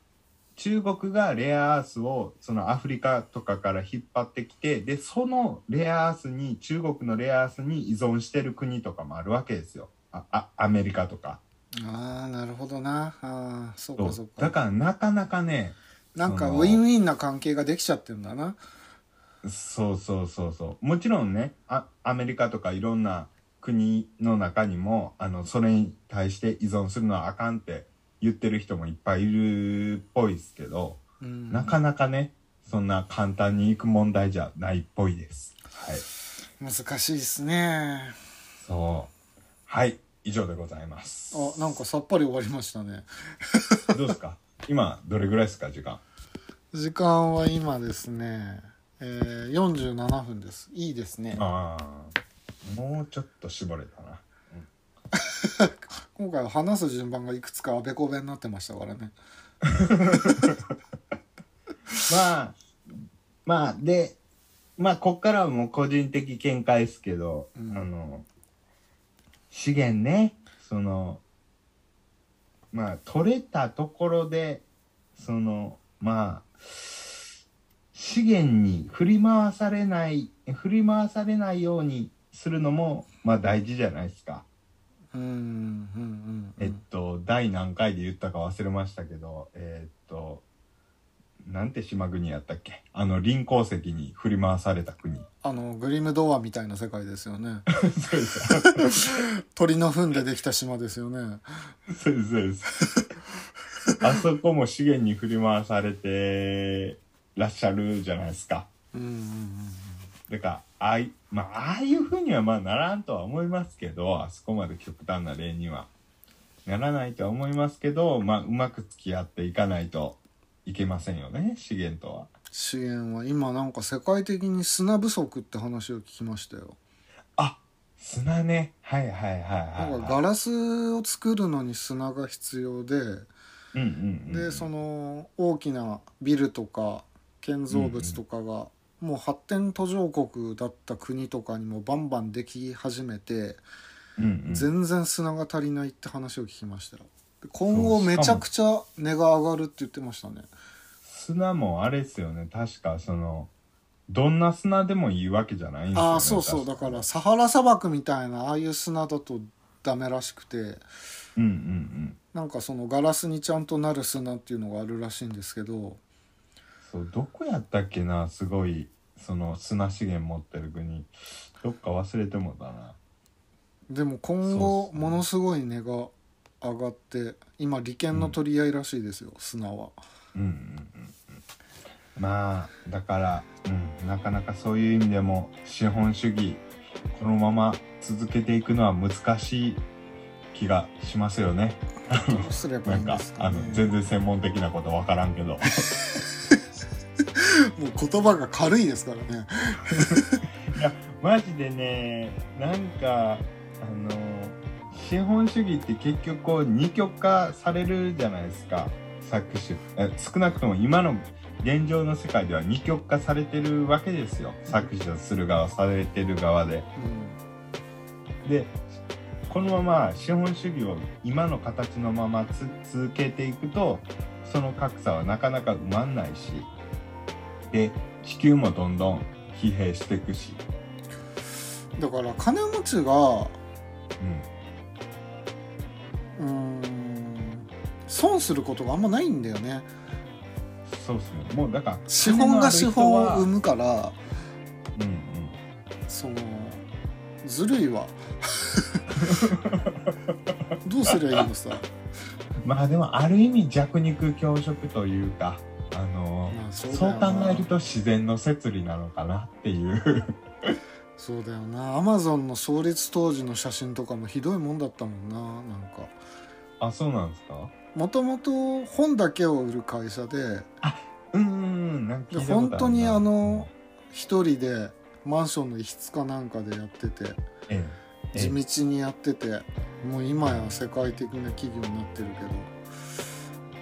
Speaker 2: 中国がレアアースをそのアフリカとかから引っ張ってきて、で、そのレアアースに、中国のレアアースに依存してる国とかもあるわけですよ。あ、あアメリカとか。
Speaker 1: ああなるほどなあーそう
Speaker 2: そ
Speaker 1: かそう
Speaker 2: う。
Speaker 1: か
Speaker 2: だからなかなかね、
Speaker 1: なんか
Speaker 2: そ
Speaker 1: ウ
Speaker 2: の
Speaker 1: ィンウィンな関係ができちゃってるんだな
Speaker 2: そうそうそうそうもちろんねあアメリカとかいろんな国の中にもあのそれに対して依存するのはあかんって言ってる人もいっぱいいるっぽいですけど、
Speaker 1: うん
Speaker 2: なかなかねそんな簡単にいく問題じゃないっぽいですはい
Speaker 1: 難しいですね
Speaker 2: そうはい以上でございます
Speaker 1: あなんかさっぱり終わりましたね
Speaker 2: どうですか今どれぐらいですか時間
Speaker 1: 時間は今ですね、えー、47分ですいいですね
Speaker 2: ああもうちょっと絞れたな
Speaker 1: 今回は話す順番がいくつかあべこべになってましたからね
Speaker 2: まあ、まあ、で、まあ、こっからはもう個人的見解ですけど、
Speaker 1: うん
Speaker 2: あの、資源ね、その、まあ、取れたところで、その、まあ、資源に振り回されない、振り回されないようにするのも、まあ大事じゃないですか。
Speaker 1: うんうんうんう
Speaker 2: えっ
Speaker 1: ん
Speaker 2: と、第何回で言ったか忘れましたけど、えっと、なんて島国やったっけあの、臨鉱石に振り回され た国。
Speaker 1: あのグリムドアみたいな世界ですよね
Speaker 2: そうです。
Speaker 1: 鳥の糞でできた島ですよね
Speaker 2: そうです、そうです。あそこも資源に振り回されてらっしゃるじゃないですか。
Speaker 1: うんうんうん
Speaker 2: だから、ああい、まあ、ああいうふうにはまあならんとは思いますけど、あそこまで極端な例には。ならないとは思いますけど、まあ、うまく付き合っていかないといけませんよね、資源とは。
Speaker 1: 資源は今なんか世界的に砂不足って話を聞きましたよ
Speaker 2: あ砂ねはいはいはいはい、
Speaker 1: な
Speaker 2: はい、
Speaker 1: んかガラスを作るのに砂が必要で、
Speaker 2: うんうんうん、
Speaker 1: でその大きなビルとか建造物とかが、もう発展途上国だった国とかにもバンバンでき始めて、
Speaker 2: うんうん、
Speaker 1: 全然砂が足りないって話を聞きましたよで今後めちゃくちゃ値が上がるって言ってましたね
Speaker 2: 砂もあれですよね確かそのどんな砂でもいいわけじゃないんですよ、ね、
Speaker 1: ああそうそうだ
Speaker 2: 確
Speaker 1: からサハラ砂漠みたいなああいう砂だとダメらしくて
Speaker 2: うんうんうん
Speaker 1: なんかそのガラスにちゃんとなる砂っていうのがあるらしいんですけど
Speaker 2: そうどこやったっけなすごいその砂資源持ってる国どっか忘れてもだな
Speaker 1: でも今
Speaker 2: そ
Speaker 1: 後
Speaker 2: うっすね
Speaker 1: ものすごい値が上がって今利権の取り合いらしいですよ、砂は
Speaker 2: うんうんうんうんまあだから、うん、なかなかそういう意味でも資本主義このまま続けていくのは難しい気がしますよね。
Speaker 1: どうすれば
Speaker 2: ない
Speaker 1: い
Speaker 2: ん
Speaker 1: んで
Speaker 2: か
Speaker 1: すか、
Speaker 2: あ
Speaker 1: ね
Speaker 2: の、全然専門的なこと分からんけ ど
Speaker 1: もう言葉が軽いですからね
Speaker 2: いやマジでねなんかあの資本主義って結局こう二極化されるじゃないですか作詞え少なくとも今の現状の世界では二極化されてるわけですよ作詞をする側されてる側ででこのまま資本主義を今の形のままつ続けていくとその格差はなかなか埋まんないしで地球もどんどん疲弊していくし、
Speaker 1: うん、だから金持ちが
Speaker 2: う
Speaker 1: う
Speaker 2: ん、
Speaker 1: ーん損することがあんまないんだよね
Speaker 2: そうっすねもうだから
Speaker 1: 資本が資本を生
Speaker 2: む、
Speaker 1: むから
Speaker 2: うんうん、
Speaker 1: そのずるい わどうすりゃいいのさ、
Speaker 2: まあでもある意味弱肉強食というかあの
Speaker 1: まあ
Speaker 2: そう
Speaker 1: だよな
Speaker 2: 考えると自然の摂理なのかなっていう
Speaker 1: そうだよなアマゾンの創立当時の写真とかもひどいもんだったもんななんか
Speaker 2: あそうなんですか
Speaker 1: もともと本だけを売る会社で
Speaker 2: うんうんうんなんか聞いたことあるな
Speaker 1: 本当にあの一人でマンションの一室かなんかでやってて
Speaker 2: ええ
Speaker 1: 地道にやっててもう今や世界的な企業になってるけど、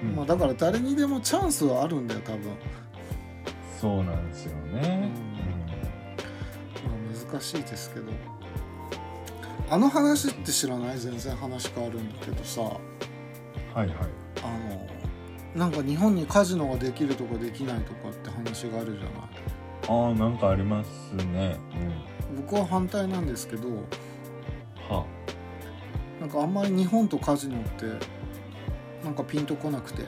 Speaker 2: うん
Speaker 1: まあ、だから誰にでもチャンスはあるんだよ多分、
Speaker 2: そうなんですよね、
Speaker 1: まあ、難しいですけどあの話って知らない全然話変わるんだけどさ
Speaker 2: うんはいはい
Speaker 1: あのなんか日本にカジノができるとかできないとかって話があるじゃない
Speaker 2: ああなんかありますね、
Speaker 1: 僕は反対なんですけど
Speaker 2: うん、は
Speaker 1: なんかあんまり日本とカジノってなんかピンとこなくて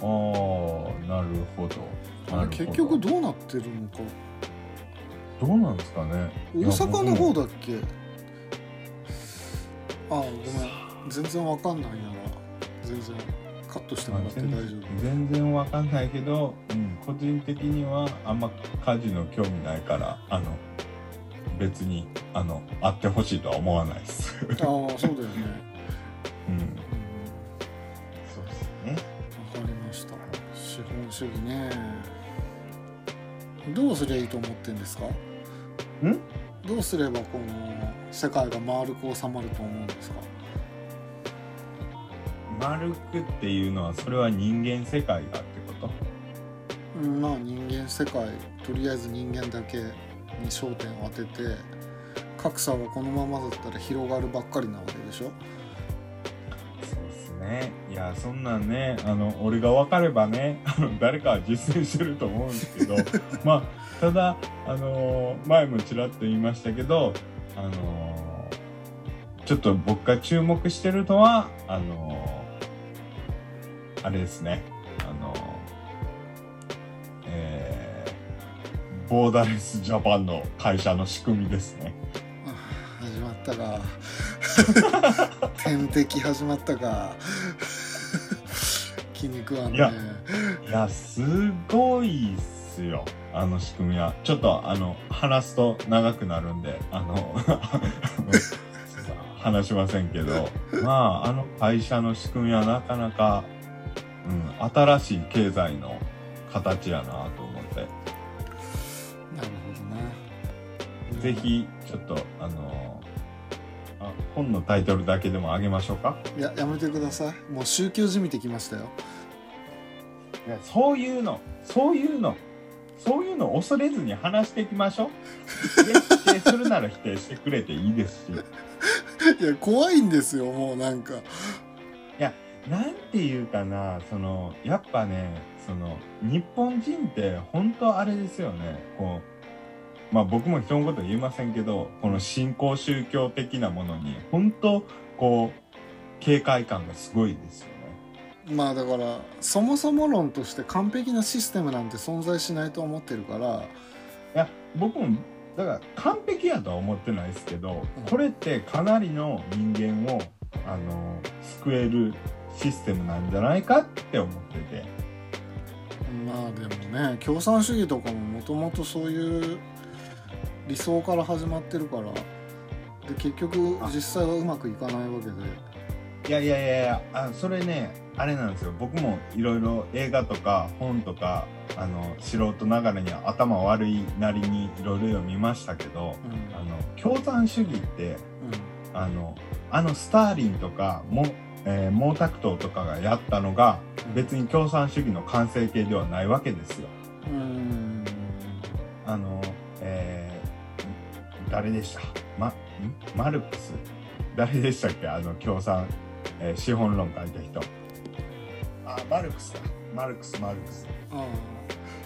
Speaker 2: あーなるほどなるほど
Speaker 1: 結局どうなってるのか
Speaker 2: どうなんですかね
Speaker 1: 大阪の方
Speaker 2: だ
Speaker 1: だっけああごめん全然わかんないなら全然カットしてもらって大丈夫
Speaker 2: 全然わかんないけど、うん、個人的にはあんま家事の興味ないからあの別にあの会ってほしいとは思わないです、うん、
Speaker 1: あ あそうだよね
Speaker 2: そうですね
Speaker 1: うんわかりました資本主義ねどうすりゃいいと思ってんですか
Speaker 2: ん
Speaker 1: どうすればこの世界が丸く収まると思うんですか
Speaker 2: 丸くっていうのはそれは人間世界がってこと
Speaker 1: うんまあ人間世界とりあえず人間だけに焦点を当てて格差はこのままだったら広がるばっかりなわけでしょ
Speaker 2: そうですね。いや、そんなんね、あの、俺が分かればね、あの、誰かは実践してると思うんですけど、まあ、ただ、あのー前もちらっと言いましたけど、あのーちょっと僕が注目してるのは、あのーあれですね、あのーえーボーダーレスジャパンの会社の仕組みですね。
Speaker 1: あー始まった か天敵始まったか 気に食わん
Speaker 2: い
Speaker 1: ね
Speaker 2: やいや、すごいっすよ。あの仕組みは。ちょっと、あの、話すと長くなるんで、あの、 あの話しませんけど、まあ、あの会社の仕組みはなかなか、うん、新しい経済の形やなと思って。
Speaker 1: なるほどな
Speaker 2: ぜひ、ちょっと、あの、あ本のタイトルだけでもあげましょうか。
Speaker 1: いややめてくださいもう宗教じみてきましたよ
Speaker 2: いやそういうのそういうのそういうの恐れずに話していきましょうで否定するなら否定してくれていいですし
Speaker 1: いや怖いんですよもうなんか
Speaker 2: なんていうかなそのやっぱねその日本人って本当あれですよねこうまあ僕も人のこと言えませんけどこの新興宗教的なものに本当こう警戒感がすごいですよね
Speaker 1: まあだからそもそも論として完璧なシステムなんて存在しないと思ってるから
Speaker 2: いや僕もだから完璧やとは思ってないですけど、
Speaker 1: うん
Speaker 2: これってかなりの人間をあの救えるシステムなんじゃないかって思ってて
Speaker 1: まあでもね共産主義とかももともとそういう理想から始まってるからで結局
Speaker 2: あ
Speaker 1: 実際はうまくいかないわけで
Speaker 2: いやいやいやいやあそれねあれなんですよ僕もいろいろ映画とか本とかあの素人ながらには頭悪いなりにいろいろ読みましたけどあの共産主義って
Speaker 1: う
Speaker 2: あのあのスターリンとかも、えー毛沢東とかがやったのが別に共産主義の完成形ではないわけですよ。
Speaker 1: うーん
Speaker 2: あの、えー誰でしたま、んマルクス誰でしたっけあの共産、えー資本論書いた人。あ、マルクスか。マルクス、マルクス。
Speaker 1: あ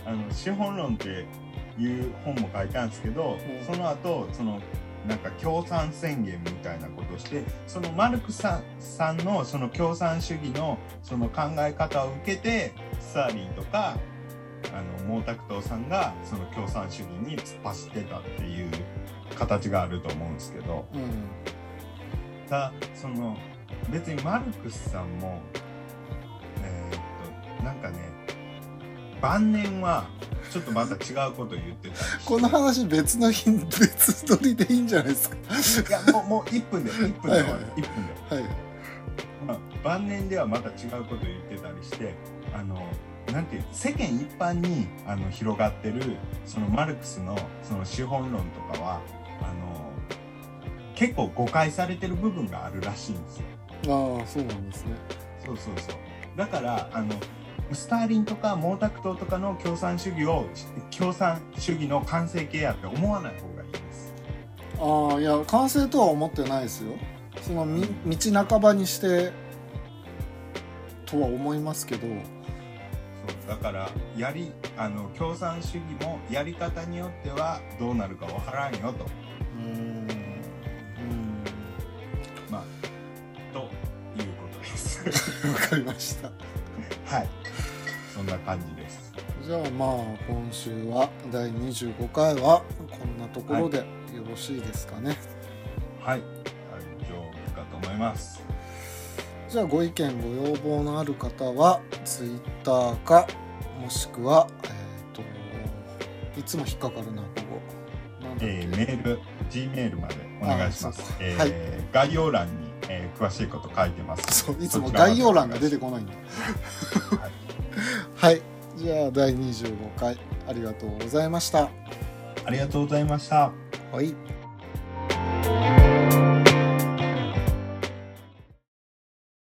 Speaker 2: あの資本論っていう本も書いたんですけど、
Speaker 1: うん
Speaker 2: その後そのなんか共産宣言みたいなことをしてそのマルクスさんのその共産主義のその考え方を受けてスターリンとかあの毛沢東さんがその共産主義に突っ走ってたっていう形があると思うんですけど。
Speaker 1: ーうん
Speaker 2: たその別にマルクスさんもえーっとなんかね晩年はちょっとまた違うこと言ってたりして
Speaker 1: この話別の日別撮りでいいんじゃないですか
Speaker 2: いやもうもう1分で1分で終わ
Speaker 1: はい
Speaker 2: る
Speaker 1: はい
Speaker 2: 1分で、
Speaker 1: はい
Speaker 2: まあ、晩年ではまた違うこと言ってたりしてあのなんていう世間一般にあの広がってるそのマルクスのその資本論とかはあの結構誤解されてる部分があるらしいんですよ。
Speaker 1: ああそうなんですね
Speaker 2: そうそうそうだからあのスターリンとか毛沢東とかの共産主義を共産主義の完成形やって思わない方がいいです
Speaker 1: ああいや完成とは思ってないですよそのみ道半ばにしてとは思いますけど
Speaker 2: そうだからやりあの共産主義もやり方によってはどうなるかわからんよと
Speaker 1: うん
Speaker 2: まあということです
Speaker 1: わかりました
Speaker 2: はいそんな感じです
Speaker 1: じゃあまあ今週は第25回はこんなところでよろしいですかね、
Speaker 2: はい大丈夫かと思います
Speaker 1: じゃあご意見ご要望のある方はツイッターかもしくはえっ、といつも引っかかるなここなんだっけ
Speaker 2: えーメール G メールまでお願いしま
Speaker 1: あそう、
Speaker 2: す
Speaker 1: か
Speaker 2: えー
Speaker 1: は
Speaker 2: 概要欄に、えー詳しいこと書いてます
Speaker 1: そういつも
Speaker 2: そちらまで
Speaker 1: 概要欄が出てこないんだ
Speaker 2: はい
Speaker 1: はいじゃあ第25回ありがとうございました
Speaker 2: ありがとうございました。
Speaker 1: はい